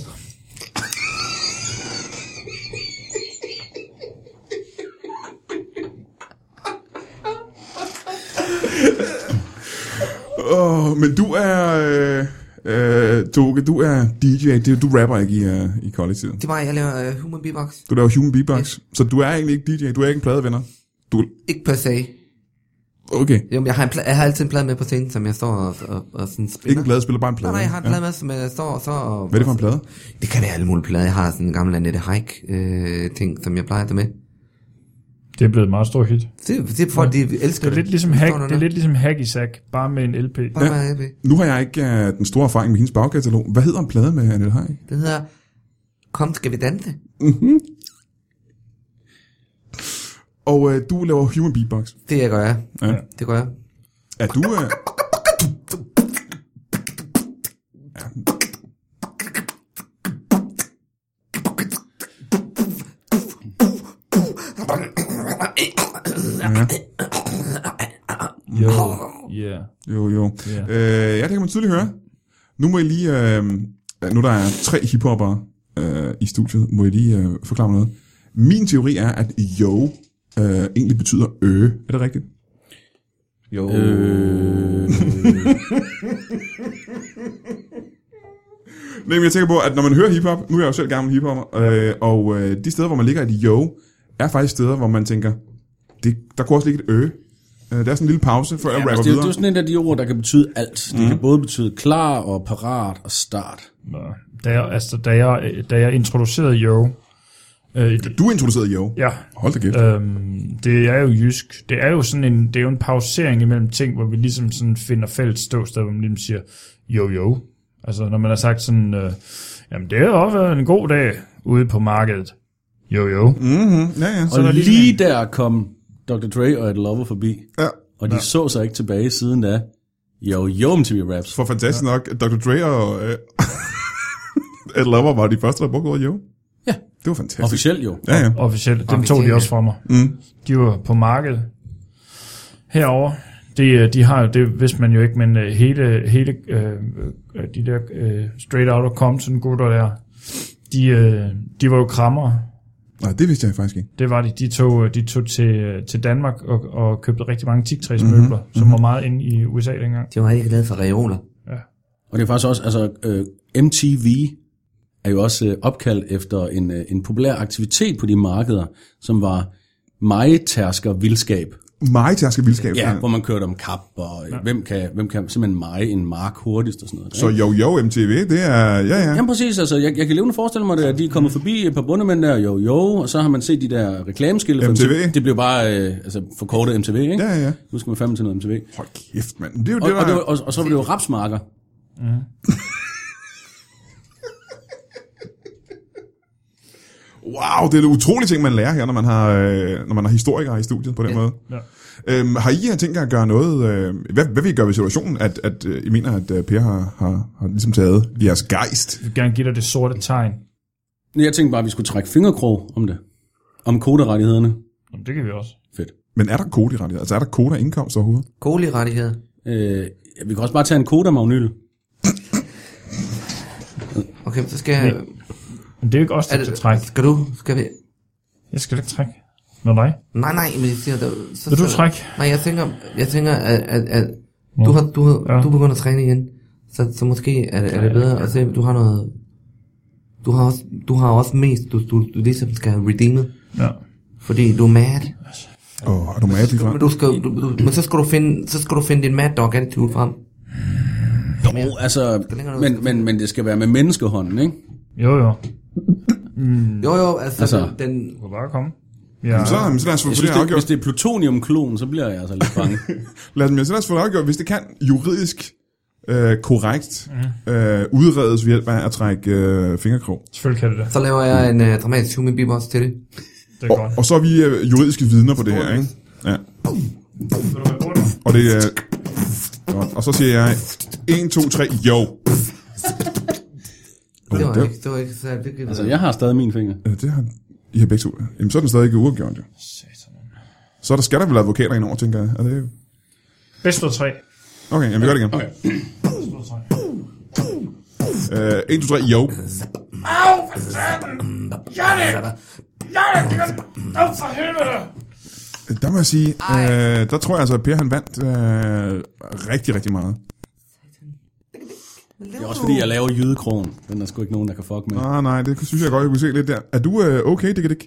Åh, men du er... Øh, øh, Toke, du er DJ. Det, du rapper ikke i, øh, i kollektivet.
Det var, jeg laver uh, human beatbox.
Du laver human beatbox. Så du er egentlig ikke DJ. Du er ikke en pladevenner. Du,
Ikke per se.
okay.
Jo, men jeg har, en pla- jeg har altid en plade med på scenen, som jeg står og, og, og sådan spiller.
Ikke en pladespiller, bare en plade.
Nej, nej, jeg har en
Ja.
plade med, som jeg står og så... Og,
Hvad er det for en plade?
Det kan være alle mulige plader. Jeg har sådan en gammel Annette Haik-ting, som jeg plejer at tage med.
Det er blevet et meget stort hit.
Det, det er folk, de elsker
Det er lidt ligesom, hack, det er lidt ligesom hack i sack, bare med en LP.
Bare ja. happy.
Nu har jeg ikke øh, den store erfaring med hendes bagkatalog. Hvad hedder en plade med Annette Haik?
Det hedder... Kom, skal vi danse?
Og øh, du laver human beatbox.
Det jeg gør jeg.
Ja.
Det gør jeg.
Er du... Øh...
Jo, yeah.
Jo, jo.
Ja.
Øh, ja, det kan man tydeligt høre. Nu må I lige... Øh, nu der er tre hiphopper øh, i studiet, må I lige øh, forklare mig noget. Min teori er, at yo øh, egentlig betyder ø. Er det rigtigt?
Jo.
Øh.
Nej, men jeg tænker på, at når man hører hiphop, nu er jeg jo selv gammel hiphopper, øh, og øh, de steder, hvor man ligger et yo, er faktisk steder, hvor man tænker, det, der kunne også ligge et ø. Øh, der er sådan en lille pause, før jeg
Ja,
rapper
altså, det, er jo-
videre.
det er jo sådan et af de ord, der kan betyde alt. Det mm. kan både betyde klar og parat og start.
Nå. Da jeg, altså, da jeg, da jeg introducerede Jo, øh, det,
Du introducerede yo.
ja,
Hold da kæft.
øhm, det er jo jysk. Det er jo sådan en, det er jo en pausering imellem ting, hvor vi ligesom sådan finder fælles ståsted, hvor man ligesom siger, jo jo. Altså, når man har sagt sådan, øh, jamen det har også været en god dag ude på markedet. Jo, jo. Mm.
Mm-hmm. Ja, ja. Så
Og
er der
lige,
sådan
lige der kom Dr. Dre og et lover forbi,
en- Ja.
og de ja. så sig ikke tilbage siden da. Jo, jo, MTV Raps.
For fantastisk ja. nok, at Dr. Dre og øh, Ed Lover var de første, der brugte ordet jo.
Ja.
Det var fantastisk.
Officielt jo.
Ja, ja.
Officielt. Dem tog
Officielt,
de
ja.
også fra mig.
Mm.
De var på markedet herover. øh, De, de har jo, det vidste man jo ikke, men øh, hele, hele øh, øh, de der øh, straight out of Compton gutter der, de, øh, de var jo krammer.
Nej, det vidste jeg faktisk ikke.
Det var de. De tog, øh, de tog til, øh, til Danmark og, og købte rigtig mange
Mhm,
teaktræsmøbler, mm-hmm. som var meget inde i USA dengang.
Det var ikke glad for reoler.
Og det er faktisk også, altså øh, MTV er jo også øh, opkaldt efter en, øh, en populær aktivitet på de markeder, som var mejetærsker vildskab.
Meget tærske vildskab.
Ja, hvor man kørte om kap, og øh, hvem, kan, hvem kan simpelthen meje en mark hurtigst og sådan noget.
Så
ikke?
jo jo MTV, det er... Ja, ja.
Jamen præcis, altså jeg, jeg kan levende forestille mig, det, at de er kommet forbi et par bundemænd der, jo jo, og så har man set de der reklameskilte. for
MTV.
Det blev bare øh, altså, forkortet MTV, ikke?
Ja, ja.
Nu skal man fandme til noget MTV.
Hold kæft, mand. Det er jo
Og,
det, der...
og, det var, og, og så var det jo rapsmarker.
Wow, det er en utrolig ting, man lærer her, når man har, øh, når man har historikere i studiet på den måde.
Ja.
Øhm, har I her tænkt jer at gøre noget... Øh, hvad, hvad vil I gøre ved situationen, at, at øh, I mener, at øh, Per har, har, har ligesom taget jeres gejst?
Jeg vil gerne give dig det sorte tegn.
Nej, Jeg tænkte bare, at vi skulle trække fingerkrog om det. Om koderettighederne.
Jamen, det kan vi også.
Fedt.
Men er der kode i rettigheder? Altså er der kode af indkomst overhovedet?
Boligrettigheder.
Øh, ja, vi kan også bare tage en kodamagnyl.
Okay, så skal jeg...
Men det er jo ikke os,
Er
der skal
det,
trække.
skal du? Skal vi...
Jeg skal da ikke trække. Med dig?
Nej, nej, men jeg siger, der, så,
Vil du
så-
trække?
Nej, jeg tænker, jeg tænker at, at, at du,
Nå.
har, du, har,
Ja.
du begynder at træne igen, så, så måske er, det- er det bedre at se, at du har noget... Du har også, du har også mest, du, du, du ligesom skal have redeemet,
Ja.
fordi du er mad.
Åh, oh, er du mad lige fra?
Men, du skal, du, du, men så, skal du finde, så skal du finde din mad dog attitude frem.
Jo, altså, men, men, men det skal være med menneskehånden, ikke?
Jo, jo.
Jo, jo, altså,
Altså.
altså. den...
Du kan bare komme. Ja.
Så, jamen, så lad os få
Jeg
få
synes,
det
det, hvis
afgjort.
det er plutoniumklon, så bliver jeg altså lidt bange.
Lad os, men så lad os få det afgjort. Hvis det kan juridisk øh, korrekt øh, udredes ved hjælp af at trække øh, fingerkrog.
Selvfølgelig kan det det.
Så laver jeg en uh, dramatisk human beep også til det.
Det er
Og,
godt.
og så er vi øh, juridiske vidner på det her, ikke? Ja.
Vil du være under?
Og det er... Godt. Og så siger jeg 1, 2, 3, jo.
Det var
det-
ikke, det var ikke så det,
altså, jeg har stadig min finger.
Øh, Det har I har begge to. Jamen, så er den stadig ikke uafgjort, jo.
Satan.
Så er der, skal der vel advokater ind over, tænker jeg. Er det...
Bedst af tre.
Okay, jamen, vi gør det igen. Okay.
Bedst af tre.
Øh, 1, 2, 3, jo.
Åh, for helvede!
Der må jeg sige, øh, der tror jeg altså, at Per han vandt øh, rigtig, rigtig meget.
Det er også fordi, jeg laver jydekrogen. Den er der sgu ikke nogen, der kan fuck med.
Nej, Ah, nej, det synes jeg godt, jeg kunne se lidt der. Er du øh, okay, det kan det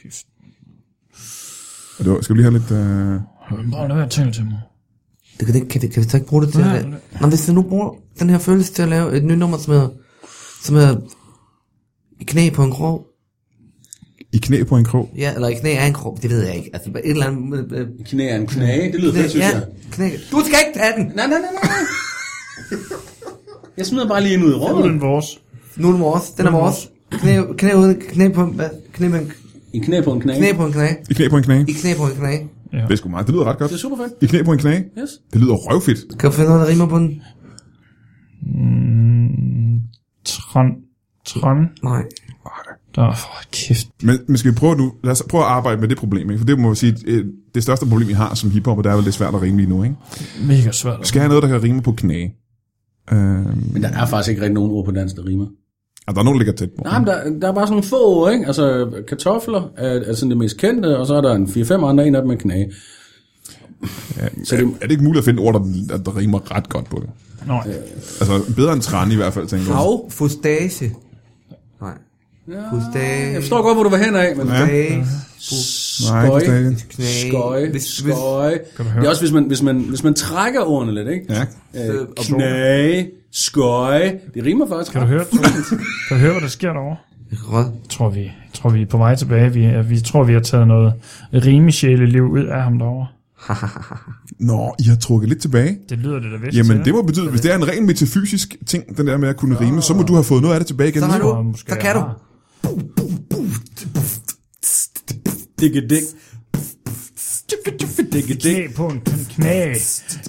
Kæft.
ikke. Skal vi lige have lidt... Øh...
Bare lad være at tale til mig.
Det kan, det, kan, det, kan vi så ikke bruge det til
Nej,
at lave? Nå, hvis du nu bruger den her følelse til at lave et nyt nummer, som hedder, som hedder i knæ på en krog.
I knæ på en krog.
Ja, eller i knæ af en krog, det ved jeg ikke. Altså, et eller andet... Øh, øh,
Knæ er en knage. Det lyder fedt, synes
ja,
jeg.
knæ. Du skal ikke tage den!
Nej, nej, nej, nej. nej. Jeg smider bare lige en ud i
Nu er den
rummet.
vores.
Nu er den vores. Den er vores. Knæ, knæ uden... Knæ på... Hvad? Knæ, på en,
En knæ på en knage.
knæ på en knæ.
I knæ på en knæ.
I knæ på en knæ.
Det er sgu meget. Det lyder ret godt.
Det er super fedt.
I knæ på en knæ.
Yes.
Det lyder røvfedt.
Kan du finde noget, der rimer på den?
Tron. Tron.
Nej.
Der er for kæft.
Men, men skal vi prøve nu, lad os prøve at arbejde med det problem, ikke? for det må vi sige, øh, det største problem, I har som hiphopper, det er vel lidt svært at rime lige nu, ikke?
Mega svært.
Skal jeg have noget, der kan rime på knæ? Øh,
Men der er faktisk ikke rigtig nogen ord på dansk, der rimer.
og der er nogen, der ligger tæt på.
Nej, men der, der er bare sådan nogle få ord, ikke? Altså, kartofler er, er sådan det mest kendte, og så er der en 4-5 andre, en af dem er knage.
Så det, er det ikke muligt at finde ord, der, der, der rimer ret godt på det?
Nej.
Altså bedre end træn i hvert fald, tænker jeg.
Hav.
Fustage. Nej. Fustage.
Jeg forstår godt, hvor du var hen af, men...
Ja. Nej,
Skøj.
forstår ikke.
Knæ.
Skøj.
Hvis- hvis-
Skøj. Det er også, hvis man, hvis man, hvis man trækker ordene lidt, ikke?
Ja.
Øh, knage. Skøj. Det rimer faktisk.
Kan du høre, kan du høre hvad der sker derovre?
Rød.
Jeg tror, vi, jeg tror, vi er på vej tilbage. Vi, er- vi tror, vi har taget noget rimesjæle liv ud af ham derovre.
Nå, I har trukket lidt tilbage.
Det lyder det da vist
Jamen,
til.
det må betyde, hvis det er en ren metafysisk ting, den der med at kunne rime, så må du have fået noget af det tilbage igen.
Der har
Nå,
du,
måske
der kan du.
jeg har.
Digge dig. Digge dig.
knæ på en en knæ.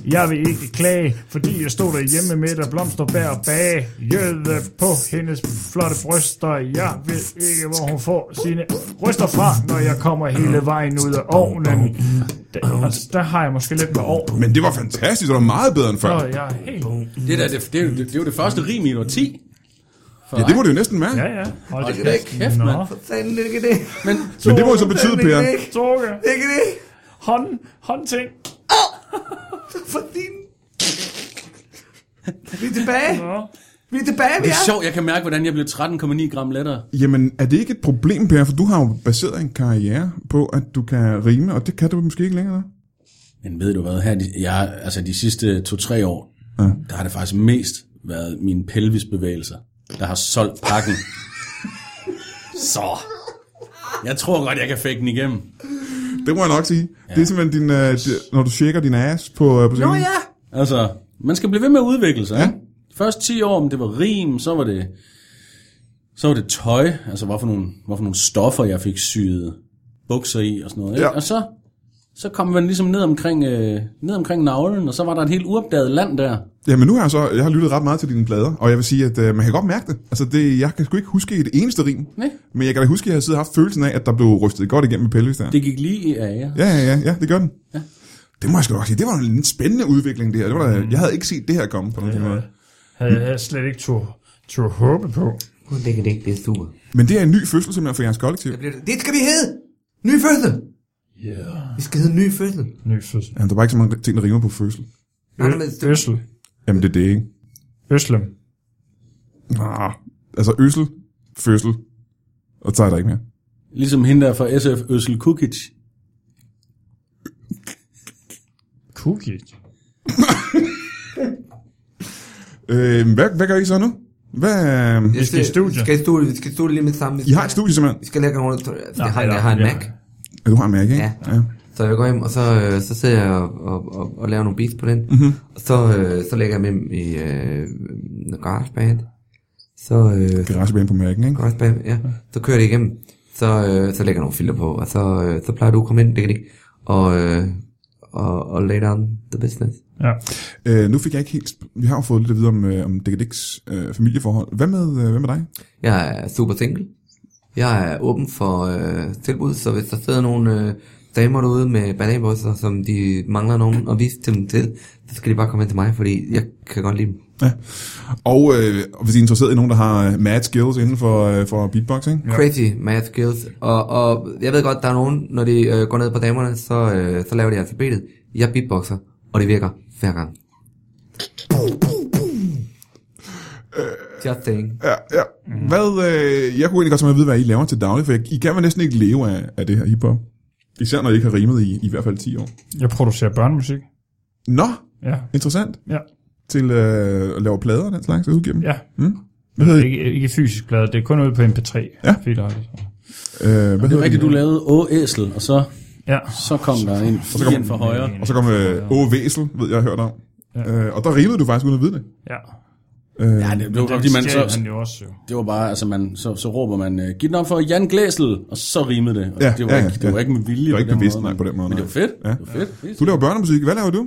Jeg vil ikke klage, fordi jeg stod derhjemme med der blomster bær og bage. Jøde på hendes flotte bryster. Jeg ved ikke, hvor hun får sine bryster fra, når jeg kommer hele vejen ud af ovnen. Der, altså, der har jeg måske lidt med ovnen.
Men det var fantastisk, det var meget bedre end før.
Så jeg er helt...
Det, der, det, det, er jo- det, det var det første rim i et årti.
Ja, det må det jo næsten være.
Ja, ja. Hold
Hold da kæft,
Nå.
mand.
For fanden er det ikke det?
Men
Men det må jo så betyde,
Det er
Per,
ikke det.
Torge,
Det er ikke det.
hånd, håndting.
For din... Vi er tilbage.
Nå.
Vi er tilbage, vi
det er
er.
sjovt, jeg kan mærke, hvordan jeg blev 13,9 gram lettere.
Jamen, er det ikke et problem, Per? For du har jo baseret en karriere på, at du kan rime, og det kan du måske ikke længere.
Men ved du hvad, her, de- jeg, altså de sidste to-tre år, ja. der har det faktisk mest været mine pelvisbevægelser, der har solgt pakken. Så. Jeg tror godt, jeg kan fække den igennem.
Det må jeg nok sige. Ja. Det er simpelthen, din, uh, d- når du shaker din ass på, uh, på scenen.
Nå ja.
Altså, man skal blive ved med at udvikle sig.
Ja.
Ja. Først 10 år, om det var rim, så var det, så var det tøj, altså hvorfor nogle, hvorfor nogle stoffer, jeg fik syet bukser i og sådan noget. Ja.
Ja.
Og så, så kom man ligesom ned omkring, øh, ned omkring navlen, og så var der et helt uopdaget land der.
Jamen nu har jeg så, jeg har lyttet ret meget til dine plader, og jeg vil sige, at øh, man kan godt mærke det. Altså det, jeg kan sgu ikke huske et eneste rim,
Nej.
men jeg kan da huske, at jeg har siddet og haft følelsen af, at der blev rystet godt igennem med pelvis der.
Det gik lige i af jer.
Ja, ja, ja, ja, det gør den. Ja. Det må jeg sgu nok sige, det var en lidt spændende udvikling det her. Det var, da- Jeg havde ikke set det her komme på nogen Mm. ja. måde.
Havde jeg slet ikke tur tur håbe på.
Det er ikke det, det er super.
Men det er en ny fødsel simpelthen for jeres kollektiv.
Det skal vi hedde. Ny fødsel. Yeah. Vi skal hedde ny fødsel.
Ny fødsel.
Jamen, der var ikke så mange ting, der rimer på fødsel.
Nej, nej, men det-
Øssel.
Jamen det er det ikke.
Øslem.
Ah, altså øssel, fødsel, og så er der ikke mere.
Ligesom hende der fra SF, Øssel Kukic.
Cookie.
Øh, hvad, hvad gør I så nu? Hvad, øhm,
Jeg
skal i studiet.
Skal i studiet, vi skal i studiet lige med sammen.
I har et studie simpelthen.
Vi skal lægge rundt. Altså, jeg har,
eller-
jeg har en
ja.
Mac.
Ja, Du har en mærke, ikke?
Ja. Så jeg går hjem, og så, øh, så sidder jeg og, og, og, og laver nogle beats på den. Mm-hmm. Og så, øh, så lægger jeg dem ind i øh, noget garageband. Så, øh,
Garagebane på mærken, ikke?
garageband, ja. så kører det igennem. Så, øh, så lægger jeg nogle filter på, og så, øh, så plejer du at komme ind, det kan det ikke. Og, øh, og, og lay down the business.
Ja.
Øh, nu fik jeg ikke helt... Vi har jo fået lidt at vide om, øh, om Dickadicks øh, familieforhold. Hvad med, øh, hvad med dig?
Jeg er super single. Jeg er åben for øh, tilbud, så hvis der sidder nogle øh, damer derude med bananbosser, som de mangler nogen at vise dem til, så skal de bare komme ind til mig, fordi jeg kan godt lide dem.
Ja. Og øh, og hvis I er interesseret i nogen, der har øh, mad skills inden for, øh, for beatboxing.
Crazy math skills. Og, og jeg ved godt, der er nogen, når de øh, går ned på damerne, så, øh, så laver de alfabetet. Jeg beatboxer, og det virker hver gang. Just saying.
Ja, ja. Mm. Hvad, øh, jeg kunne egentlig godt tænke mig at vide, hvad I laver til daglig, for jeg, I kan vel næsten ikke leve af, af det her hiphop. Især når I ikke har rimet i, i hvert fald 10 år.
Jeg producerer børnemusik.
Nå,
Ja.
interessant.
Ja.
Til øh, at lave plader og den slags, og udgive dem.
Ja.
Mm. Hvad hedder I?
Ikke, ikke fysisk plade, det er kun ude på MP3.
Ja.
Filer.
Øh, hvad
Det
hedder
er
I?
rigtigt, du lavede Å Æsel, og så,
Ja.
så kom der en, så
kom-
kom, fra højre.
Og så kom øh, Åge Væsel, ved jeg, jeg har hørt om. Ja.
Ja.
Øh, og der rimede du faktisk uden at vide det.
Ja.
Øh,
Ja, det, det var fordi, man
stjal
så,
han jo også jo.
Det var bare, altså man, så, så råber man, øh, giv den op for Jan Glæsel, og så rimede det. Og
Ja,
det var,
ja,
ikke, det
ja.
var ikke med vilje.
Det var
på
ikke
den
bevidst,
måde,
nej,
men-
på den måde,
Men det
nej.
var fedt.
Ja.
Ja. Det var fedt.
Du laver børnemusik. Hvad laver du?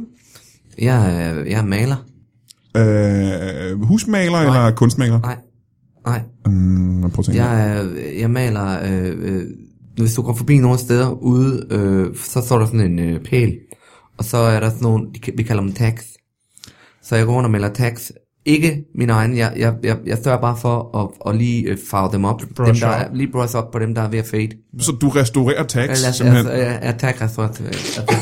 Jeg er, jeg er maler.
Øh, husmaler Nej. eller kunstmaler?
Nej. Nej.
Mm, prøv at tænke. Ja.
Jeg, er- jeg maler... Øh, øh, hvis du går forbi nogle steder ude, øh, så står der sådan en øh, pæl. Og så er der sådan nogle... De, ka- vi kalder dem tags. Så jeg går rundt og maler tags. Ikke min egen. Jeg, jeg, jeg, jeg sørger bare for at, at lige øh, farve dem op.
Brush
dem, der
up.
er, lige brush op på dem, der er ved at fade.
Så du restaurerer tags,
Eller,
simpelthen?
altså, jeg er tag-restaurant. Altså, det,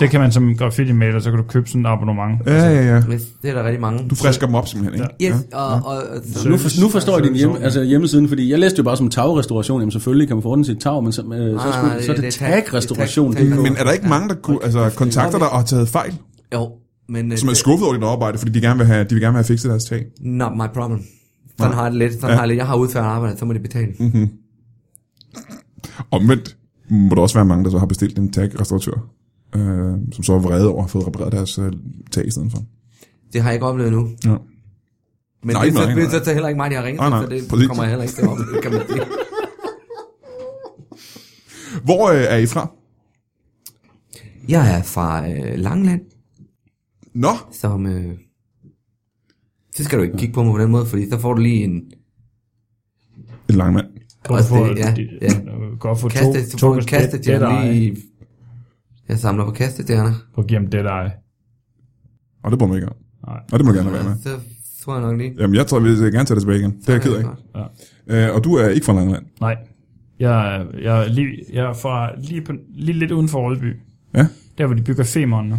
Det kan man som graffiti-maler, så kan du købe sådan et abonnement.
Ja, ja, ja.
det er der rigtig mange.
Du frisker dem op, simpelthen, ikke?
Yes, og, og, og så,
Nu, for, nu forstår jeg din hjemme, altså hjemmesiden, fordi jeg læste jo bare som tagrestauration, jamen selvfølgelig kan man få ordnet sit tag, men så, øh, så,
nej,
skulle,
Ah, det-
så er
det er
det
tag-
tagrestauration.
det er tag-
det er-
Men er der ikke mange, der kunne, altså, kontakter dig og har taget fejl?
jo, men... øh,
Som er
det-
skuffet over dit arbejde, fordi de gerne vil have, de vil gerne have fikset deres tag.
Not my problem. Sådan har jeg det lidt. Sådan ja. har jeg, det. jeg har udført arbejde, så må de betale. Mm.
Omvendt må der også være mange, der så har bestilt en tag-restauratør. øh, som så er vrede over at have fået repareret deres øh, tag i stedet for.
Det har jeg ikke oplevet endnu.
Ja.
Men
Nej,
nej, det,
nej, nej.
det, det, det, er heller ikke mig, de har ringet
Nej,
til,
nej,
så det
præcis.
kommer jeg heller ikke til at opleve, kan man sige.
Hvor øh, er I fra?
Jeg er fra øh, Langland,
Nå,
som... Øh, det skal du ikke kigge på mig på den måde, fordi så får du lige en...
en lang mand.
Godt
Også
for,
det, ja,
ja,
ja.
ja. Godt for
Kaste,
to,
så
to
får du en kastetjerne lige... i- Jeg samler på kastetjerne.
på at give ham dead eye.
Og det bryder mig ikke om.
Nej.
Og det må du gerne lade være med.
Så tror jeg nok lige.
Jamen, jeg tror, vi vil gerne tage det tilbage igen. Det er jeg ked af.
Ja.
Øh, og du er ikke fra Langeland.
Nej. Jeg, er- jeg, er lige, jeg er fra lige, på, lige lidt uden for Rødby.
Ja.
Der, hvor de bygger Femeren nu.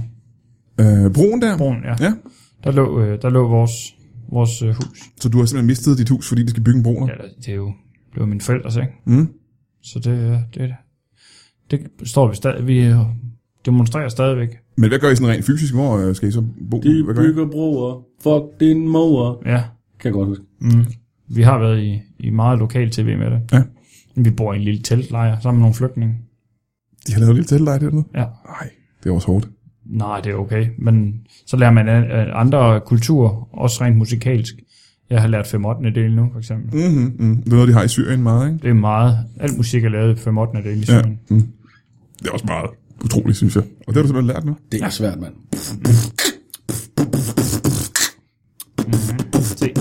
Øh, broen der?
Broen, ja.
Ja.
Der lå, øh, der lå vores, vores øh, hus.
Så du har simpelthen mistet dit hus, fordi de skal bygge en bro der?
Ja, det er jo det var mine forældres, ikke?
Mm.
Så det, øh, det, det står vi stadig. Vi øh, demonstrerer stadigvæk.
Men hvad gør I sådan rent fysisk? Hvor øh, skal I så bo?
De
hvad gør I?
bygger broer. Fuck din mor.
Ja,
Kan jeg godt huske.
vi har været i, i meget lokal tv med det.
Ja.
Vi bor i en lille teltlejr sammen med nogle flygtninge.
De har lavet lidt til dig dernede?
Ja.
Nej, det er også hårdt.
Nej, det er okay. Men så lærer man an- øh, andre kulturer, også rent musikalsk. Jeg har lært 5 8. del nu, for eksempel. Mm.
Mm-hmm, mm. Det er noget, de har i Syrien meget, ikke?
Det er meget. Alt musik er lavet i 5 8. del i
Ja.
Syrien.
Mm. Det er også meget utroligt, synes jeg. Og det har du simpelthen lært nu.
Det er svært, mand.
Se,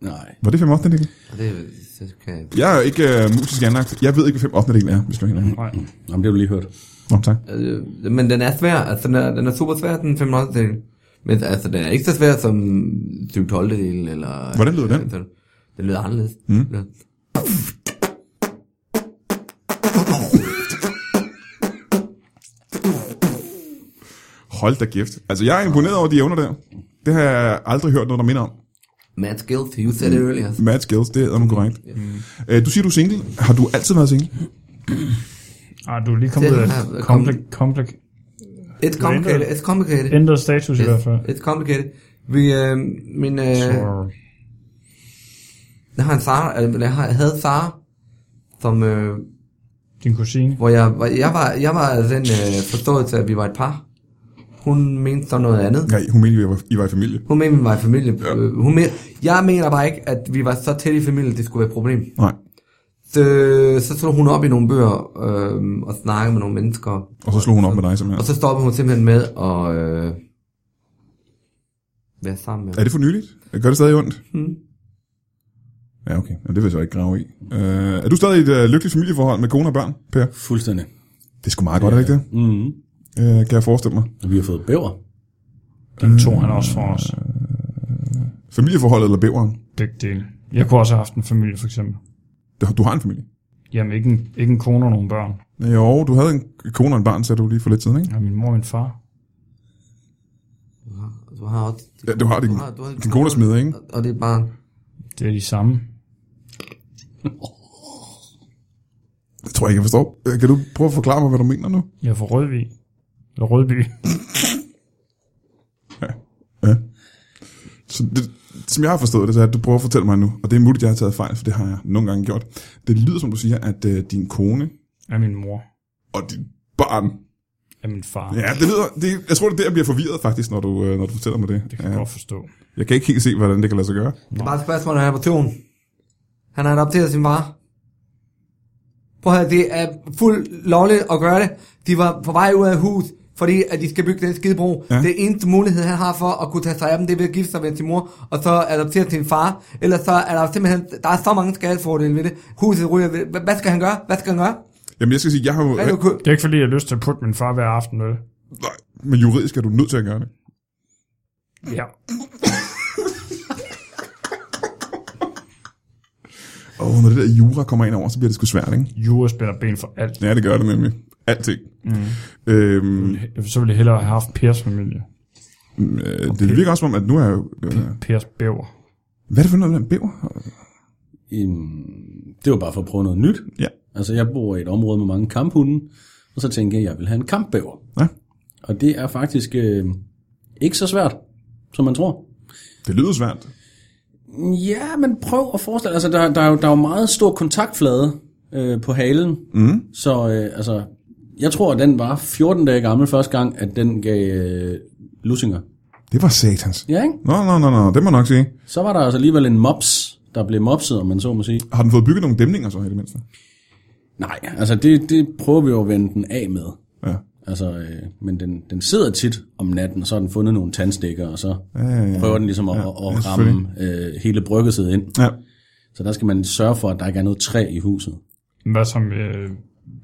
Nej.
Var det 5 8. del?
Og det, så kan jeg...
Jeg er jo ikke øh, musisk anlagt. Jeg ved ikke, hvad 5 8. del er, hvis du er helt
nej.
Jamen, det har du lige hørt.
Nå, tak.
Øh, men den er svær, altså den er, den er super svær, den 500 del. Men altså, den er ikke så svær som 12 del, eller...
Hvordan lyder den?
Den, den lyder anderledes. Mm. Ja.
Hold da kæft. Altså, jeg er imponeret over de evner der. Det har jeg aldrig hørt noget, der minder om.
Matt Gilf, you said it
Mm.
earlier.
Mad skills, det er korrekt. Mm. Øh, du siger, du er single. Har du altid været single?
Ej, Ah, du er lige kommet
Den
ud af
har været
komplik, komplik,
It's complicated, it's complicated.
ændret status i hvert fald.
It's, it's complicated. Vi, øh, min, øh,
Så-
jeg har en Sara, eller jeg har- jeg havde Sara, som, øh,
Din kusine.
hvor jeg, hvor jeg var, jeg var af den øh, forståelse, at vi var et par. Hun mente så noget andet.
Nej, hun mente, I var, I var i familie.
Hun mener, vi var i familie. Ja. Hun mener, jeg mener bare ikke, at vi var så tæt i familie, det skulle være et problem.
Nej.
Så, så slog hun op i nogle bøger øh, og snakkede med nogle mennesker.
Og så slog hun op med dig,
Og
simpelthen.
så stoppede hun simpelthen med at øh, være sammen med
Er det for nyligt? Gør det stadig ondt?
Mm.
Ja, okay. Jamen, det vil jeg så ikke grave i. Øh, er du stadig i et øh, lykkeligt familieforhold med kone og børn, Per?
Fuldstændig.
Det er sgu meget godt, er det ikke det?
Mm-hmm.
Øh, kan jeg forestille mig.
Og vi har fået bæver.
Den tog han også fra os.
Familieforholdet eller bæveren?
Dygtig. Jeg kunne også have haft en familie, for eksempel.
Det- Du har en familie.
Jamen, ikke en, ikke en kone og nogle børn.
Jo, du havde en kone og en barn, sagde du lige for lidt siden, ikke?
Ja, min mor og min far.
Du har også...
Ja, du har din,
du har,
din kone er smed, ikke?
og- Og det er bare...
Det er de samme.
Det tror jeg ikke, jeg forstår. Øh, Kan du prøve at forklare mig, hvad du mener nu?
Jeg er fra Rødby. Eller Rødby.
Ja. Så det, som jeg har forstået det, så er, at du prøver at fortælle mig nu, og det er muligt, at jeg har taget fejl, for det har jeg nogle gange gjort. Det lyder, som du siger, at øh, din kone
Er min mor.
og dit barn...
Er min far.
Ja, det lyder... Det, jeg tror, det er der, jeg bliver forvirret, faktisk, når du, øh, når du fortæller mig det.
Det kan jeg
ja.
godt forstå.
Jeg kan ikke helt se, hvordan det kan lade sig gøre.
Det er bare et spørgsmål om adoption. Han har adopteret sin far. Prøv at høre, det er fuldt lovligt at gøre det. De var på vej ud af hus, fordi at de skal bygge den skide bro.
Ja.
Ja. Det eneste mulighed, han har for at kunne tage sig af dem, det er ved at gifte sig med sin mor, og så adoptere sin far. Ellers så er der simpelthen, der er så mange skadefordele ved det. Huset ryger ved. Hva- Hvad skal han gøre? Hvad skal han gøre?
Jamen, jeg skal sige, jeg har jo...
Hvad er det, du kunne-
Det er ikke fordi, jeg har lyst til at putte min far hver aften, vel?
Nej, men juridisk er du nødt til at gøre det.
Ja.
Og når det der jura kommer ind over, så bliver det sgu svært, ikke?
Jura spænder ben for alt.
Ja, det gør det nemlig. Alting. Mm. Øhm,
Så ville jeg hellere have haft Pers familie.
øh, det virker også som om, at nu er jeg jo... Øh,
Pers bæver.
hvad er det for noget med den bæver?
Jamen, det var bare for at prøve noget nyt.
Ja.
Altså, jeg bor i et område med mange kamphunde, og så tænkte jeg, at jeg vil have en kampbæver.
Ja.
Og det er faktisk øh, ikke så svært, som man tror.
Det lyder svært.
Ja, men prøv at forestille dig, altså, Mhm. der, der, er jo, der er jo meget stor kontaktflade øh, på halen, mm. så øh, altså, Jeg tror, at den var 14 dage gammel første gang, at den gav øh, lusinger.
Det var satans.
Ja, ikke?
Nå, nå, nå, nå, det må jeg nok sige.
Så var der altså alligevel en mops, der blev mopset, om man så må sige.
Har den fået bygget nogle dæmninger så i det mindste?
Nej, altså det, det prøver vi jo at vende den af med.
Ja.
Altså, øh, men den, den sidder tit om natten, og så har den fundet nogle tandstikker, og så
Ja, ja, ja.
prøver den ligesom at, ja, at, at ramme øh, hele bryggeset ind.
Ja.
Så der skal man sørge for, at der ikke er noget træ i huset.
Hvad som øh,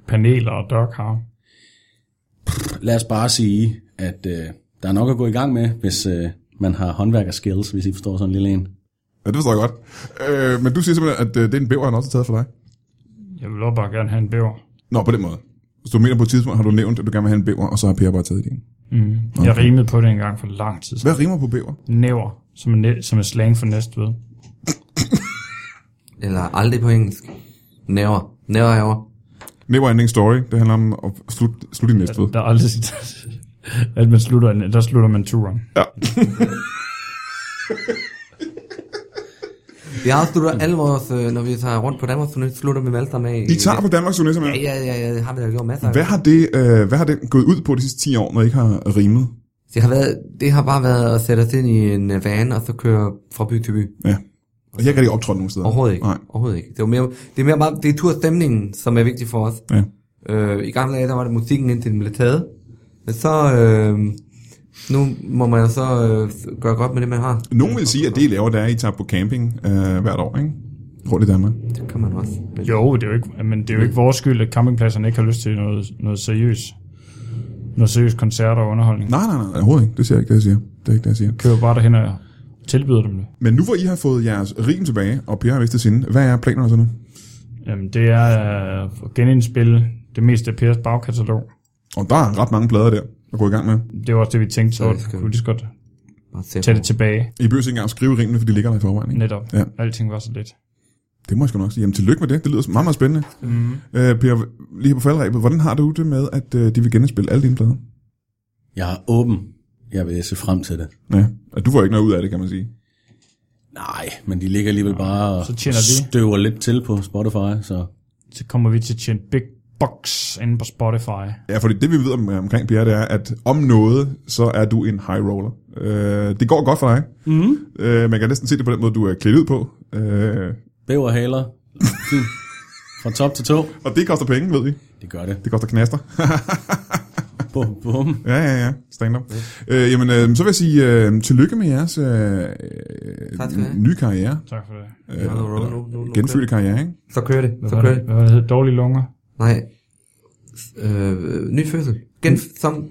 paneler og dørk har.
Lad os bare sige, at øh, der er nok at gå i gang med, hvis øh, man har håndværkerskills, hvis I forstår sådan en lille en.
ja, det forstår jeg godt. Øh, men du siger simpelthen, at øh, det er en bæver, han også har taget for dig?
Jeg vil også bare gerne have en bæver.
Nå, på den måde. Så du mener på et tidspunkt, har du nævnt, at du gerne vil have en bæver, og så har Per bare taget ideen.
Okay. Jeg rimede på det en gang for lang tid siden.
Hvad rimer på bæver?
Næver, som er, ne- som er slang for næstved.
Eller aldrig på engelsk. Never. Never ever.
Never ending story, det handler om at slutte slut i næste ved.
Der er aldrig at man slutter, en- der slutter man turen.
Vi afslutter alle vores, øh, når vi tager rundt på Danmark, så slutter vi med alle sammen af.
I tager på Danmarks Turné, simpelthen.
Ja, ja, ja, det har vi da gjort masser af.
Hvad har, det, øh, hvad har den gået ud på de sidste 10 år, når I ikke har rimet?
Det har, været, det har bare været at sætte os ind i en øh, van, og så køre fra by til by.
Ja. Og jeg kan ikke optrådt nogen steder.
Overhovedet ikke.
Nej.
Overhovedet ikke. Det, var mere, det er mere bare, det er turstemningen, som er vigtig for os.
Ja.
Øh, I gamle dage, der var det musikken, indtil den blev taget. Men så, øh, nu må man jo så øh, gøre godt med det, man har.
Nogen vil sige, at det I laver, det er, at I tager på camping øh, hvert år, ikke? Rundt i Danmark.
Det kan man også. Men,
Jo, det er jo ikke, men det er jo ikke vores skyld, at campingpladserne ikke har lyst til noget, noget seriøst. Noget seriøst koncert og underholdning.
Nej, nej, nej, overhovedet ikke. Det siger jeg ikke, det jeg siger. Det er ikke det, jeg siger.
Kører bare derhen og tilbyder dem det.
Men nu hvor I har fået jeres rim tilbage, og Per har mistet sine, hvad er planerne så nu?
Jamen, det er øh, at genindspille det meste af Pers bagkatalog.
Og der er ret mange plader der at gå i gang med.
Det var også det, vi tænkte, så
det skal vi.
kunne de så godt
bare se
tage
på.
det tilbage.
I behøver ikke engang at skrive rimene, for de ligger der i forvejen, ikke?
Netop.
Ja.
Ja. Alting var så let.
Det må jeg sgu nok sige. Jamen, tillykke med det. Det lyder meget, meget spændende. Mm. Øh, per, lige her på faldrebet, hvordan har du det med, at øh, de vil genspille alle dine plader?
Jeg er åben. Jeg vil se frem til det.
Ja, at du får ikke noget ud af det, kan man sige.
Nej, men de ligger alligevel bare og
Så tjener de.
støver lidt til på Spotify, så
Så kommer vi til at tjene big bucks inde på Spotify.
Ja, fordi det vi ved om, øh, omkring Pierre, det er, at om noget, så er du en high roller. Øh, det går godt for dig. Mm. Øh, man kan næsten se det på den måde, du er klædt ud på. Øh,
bæverhaler Fint. fra top til tå.
og det koster penge, ved I.
Det gør det.
Det koster knaster.
Bum, bum.
ja, ja, ja. Stand up. Øh, jamen, øh, så vil jeg sige øh, tillykke med jeres øh,
Tak skal I
øh,
have.
nye karriere.
Tak for det.
Nå, nå, nå, nu- nu- nu
Genfødte karriere, ikke?
kører- Så kører det. Så
Hvad var
kører
det?
det.
Hvad var det hedder? Dårlige lunger?
Nej. Øh, ny fødsel. Gen, som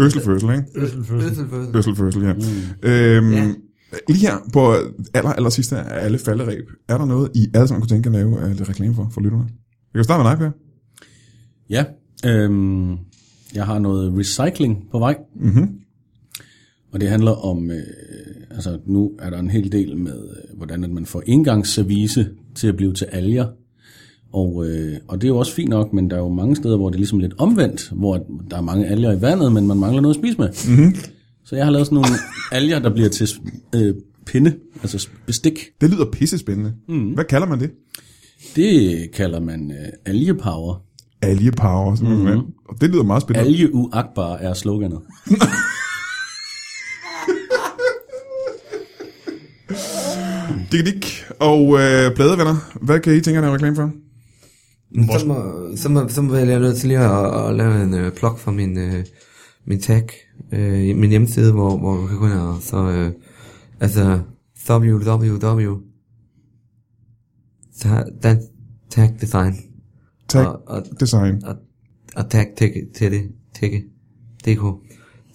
Øsselfødsel, ikke?
fødsel, fødsel.
Øsselfødsel, ja. Mm. Øhm,
Ja.
ja. Lige her på aller, aller sidste af alle falderæb, er der noget, I alle sammen kunne tænke at lave øh, lidt reklame for, for lytterne? Vi kan starte med dig, Per.
Ja, øhm, jeg har noget recycling på vej. Mm-hmm. Og det handler om, øh, altså nu er der en hel del med, øh, hvordan at man får engangsservice til at blive til alger. Og, øh, og det er jo også fint nok, men der er jo mange steder, hvor det er ligesom lidt omvendt, hvor der er mange alger i vandet, men man mangler noget at spise med. Mm-hmm. Så jeg har lavet sådan nogle alger, der bliver til øh, pinde, altså s- bestik.
Det lyder pisse spændende. Mm. Hvad kalder man det?
Det kalder man øh, algepower.
Algepower, simpelthen. Mm. Og det lyder meget spændende.
Alge uagtbar er sloganet.
Dik, dik. Og øh, pladevenner, hvad kan I tænke at lave reklame for?
Så må, så, må, så må jeg nødt til lige at, at lave en øh, plug for min, øh, min tag, øh, min hjemmeside, hvor, hvor du kan gå ind og så, øh, altså, www. Ta- Dan- Tag design.
Tak,
Og, og,
design.
og, og tag tække til det, tække, dk.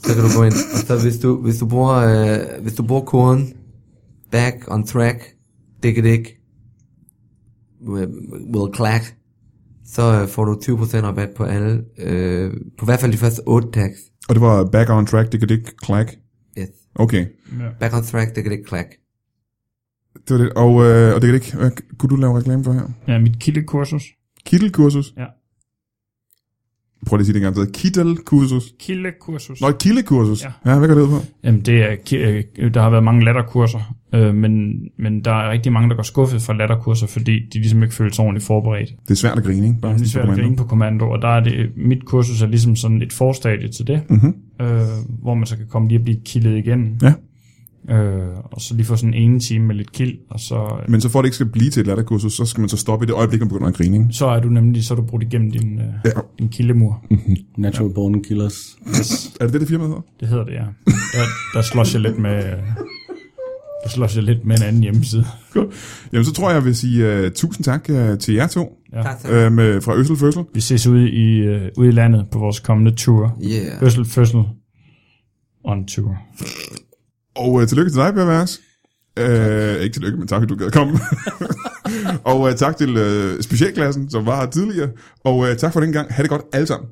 Så kan du gå ind, og så hvis du, hvis du bruger, øh, hvis du bruger koden, back on track, dikke dik, will- will clack, så øh, får du 20% rabat på alle, øh, på hvert fald de første 8 tags.
Og det var back on track, dik, dik, clack.
Yes.
Okay,
Back on track, dikke dik, clack.
det var det. Og, øh, og dik, dik, hvad kunne du lave reklame for her?
Ja, mit kildekursus.
Kittelkursus?
Ja.
Prøv lige at sige det en gang til. Kittelkursus.
Kildekursus.
Nå, et kildekursus. Ja.
Ja.
ja, hvad går det ud på?
Jamen, det er, ki- øh, der har været mange latterkurser
Øh, men, men der er rigtig mange, der går skuffet fra latterkurser, fordi de ligesom ikke føler sig ordentligt forberedt.
Det er svært at grine, ikke? Bare
Det er svært at grine på kommando, og der er det, mit kursus er ligesom sådan et forstadie til det,
Mm-hmm.
øh, hvor man så kan komme lige og blive kildet igen.
Ja.
Øh, og så lige få sådan en time med lidt kild, og så, øh,
Men så for at det ikke skal blive til et latterkursus, så skal man så stoppe i det øjeblik, man begynder at grine. ikke?
så er du nemlig så er du brudt igennem din, øh,
Ja.
din kildemur.
Natural Born Killers.
Er det det, det firma hedder?
Det hedder det, ja. Der, der slås jeg lidt med... øh, Der slås jeg lidt med en anden hjemmeside.
Jamen, så tror jeg, jeg vil sige uh, tusind tak uh, til jer to
Tak, tak.
uh, med, fra Øssel Fødsel.
Vi ses ude i, øh, ude i landet på vores kommende tur.
Yeah.
Fødsel, fødsel. On tour.
Og uh, tillykke til dig, Per Vers. Uh, ikke tillykke, men tak, fordi du gad at komme. og øh, uh, tak til uh, specialklassen, som var her tidligere. Og uh, tak for den gang. Ha' det godt alle sammen.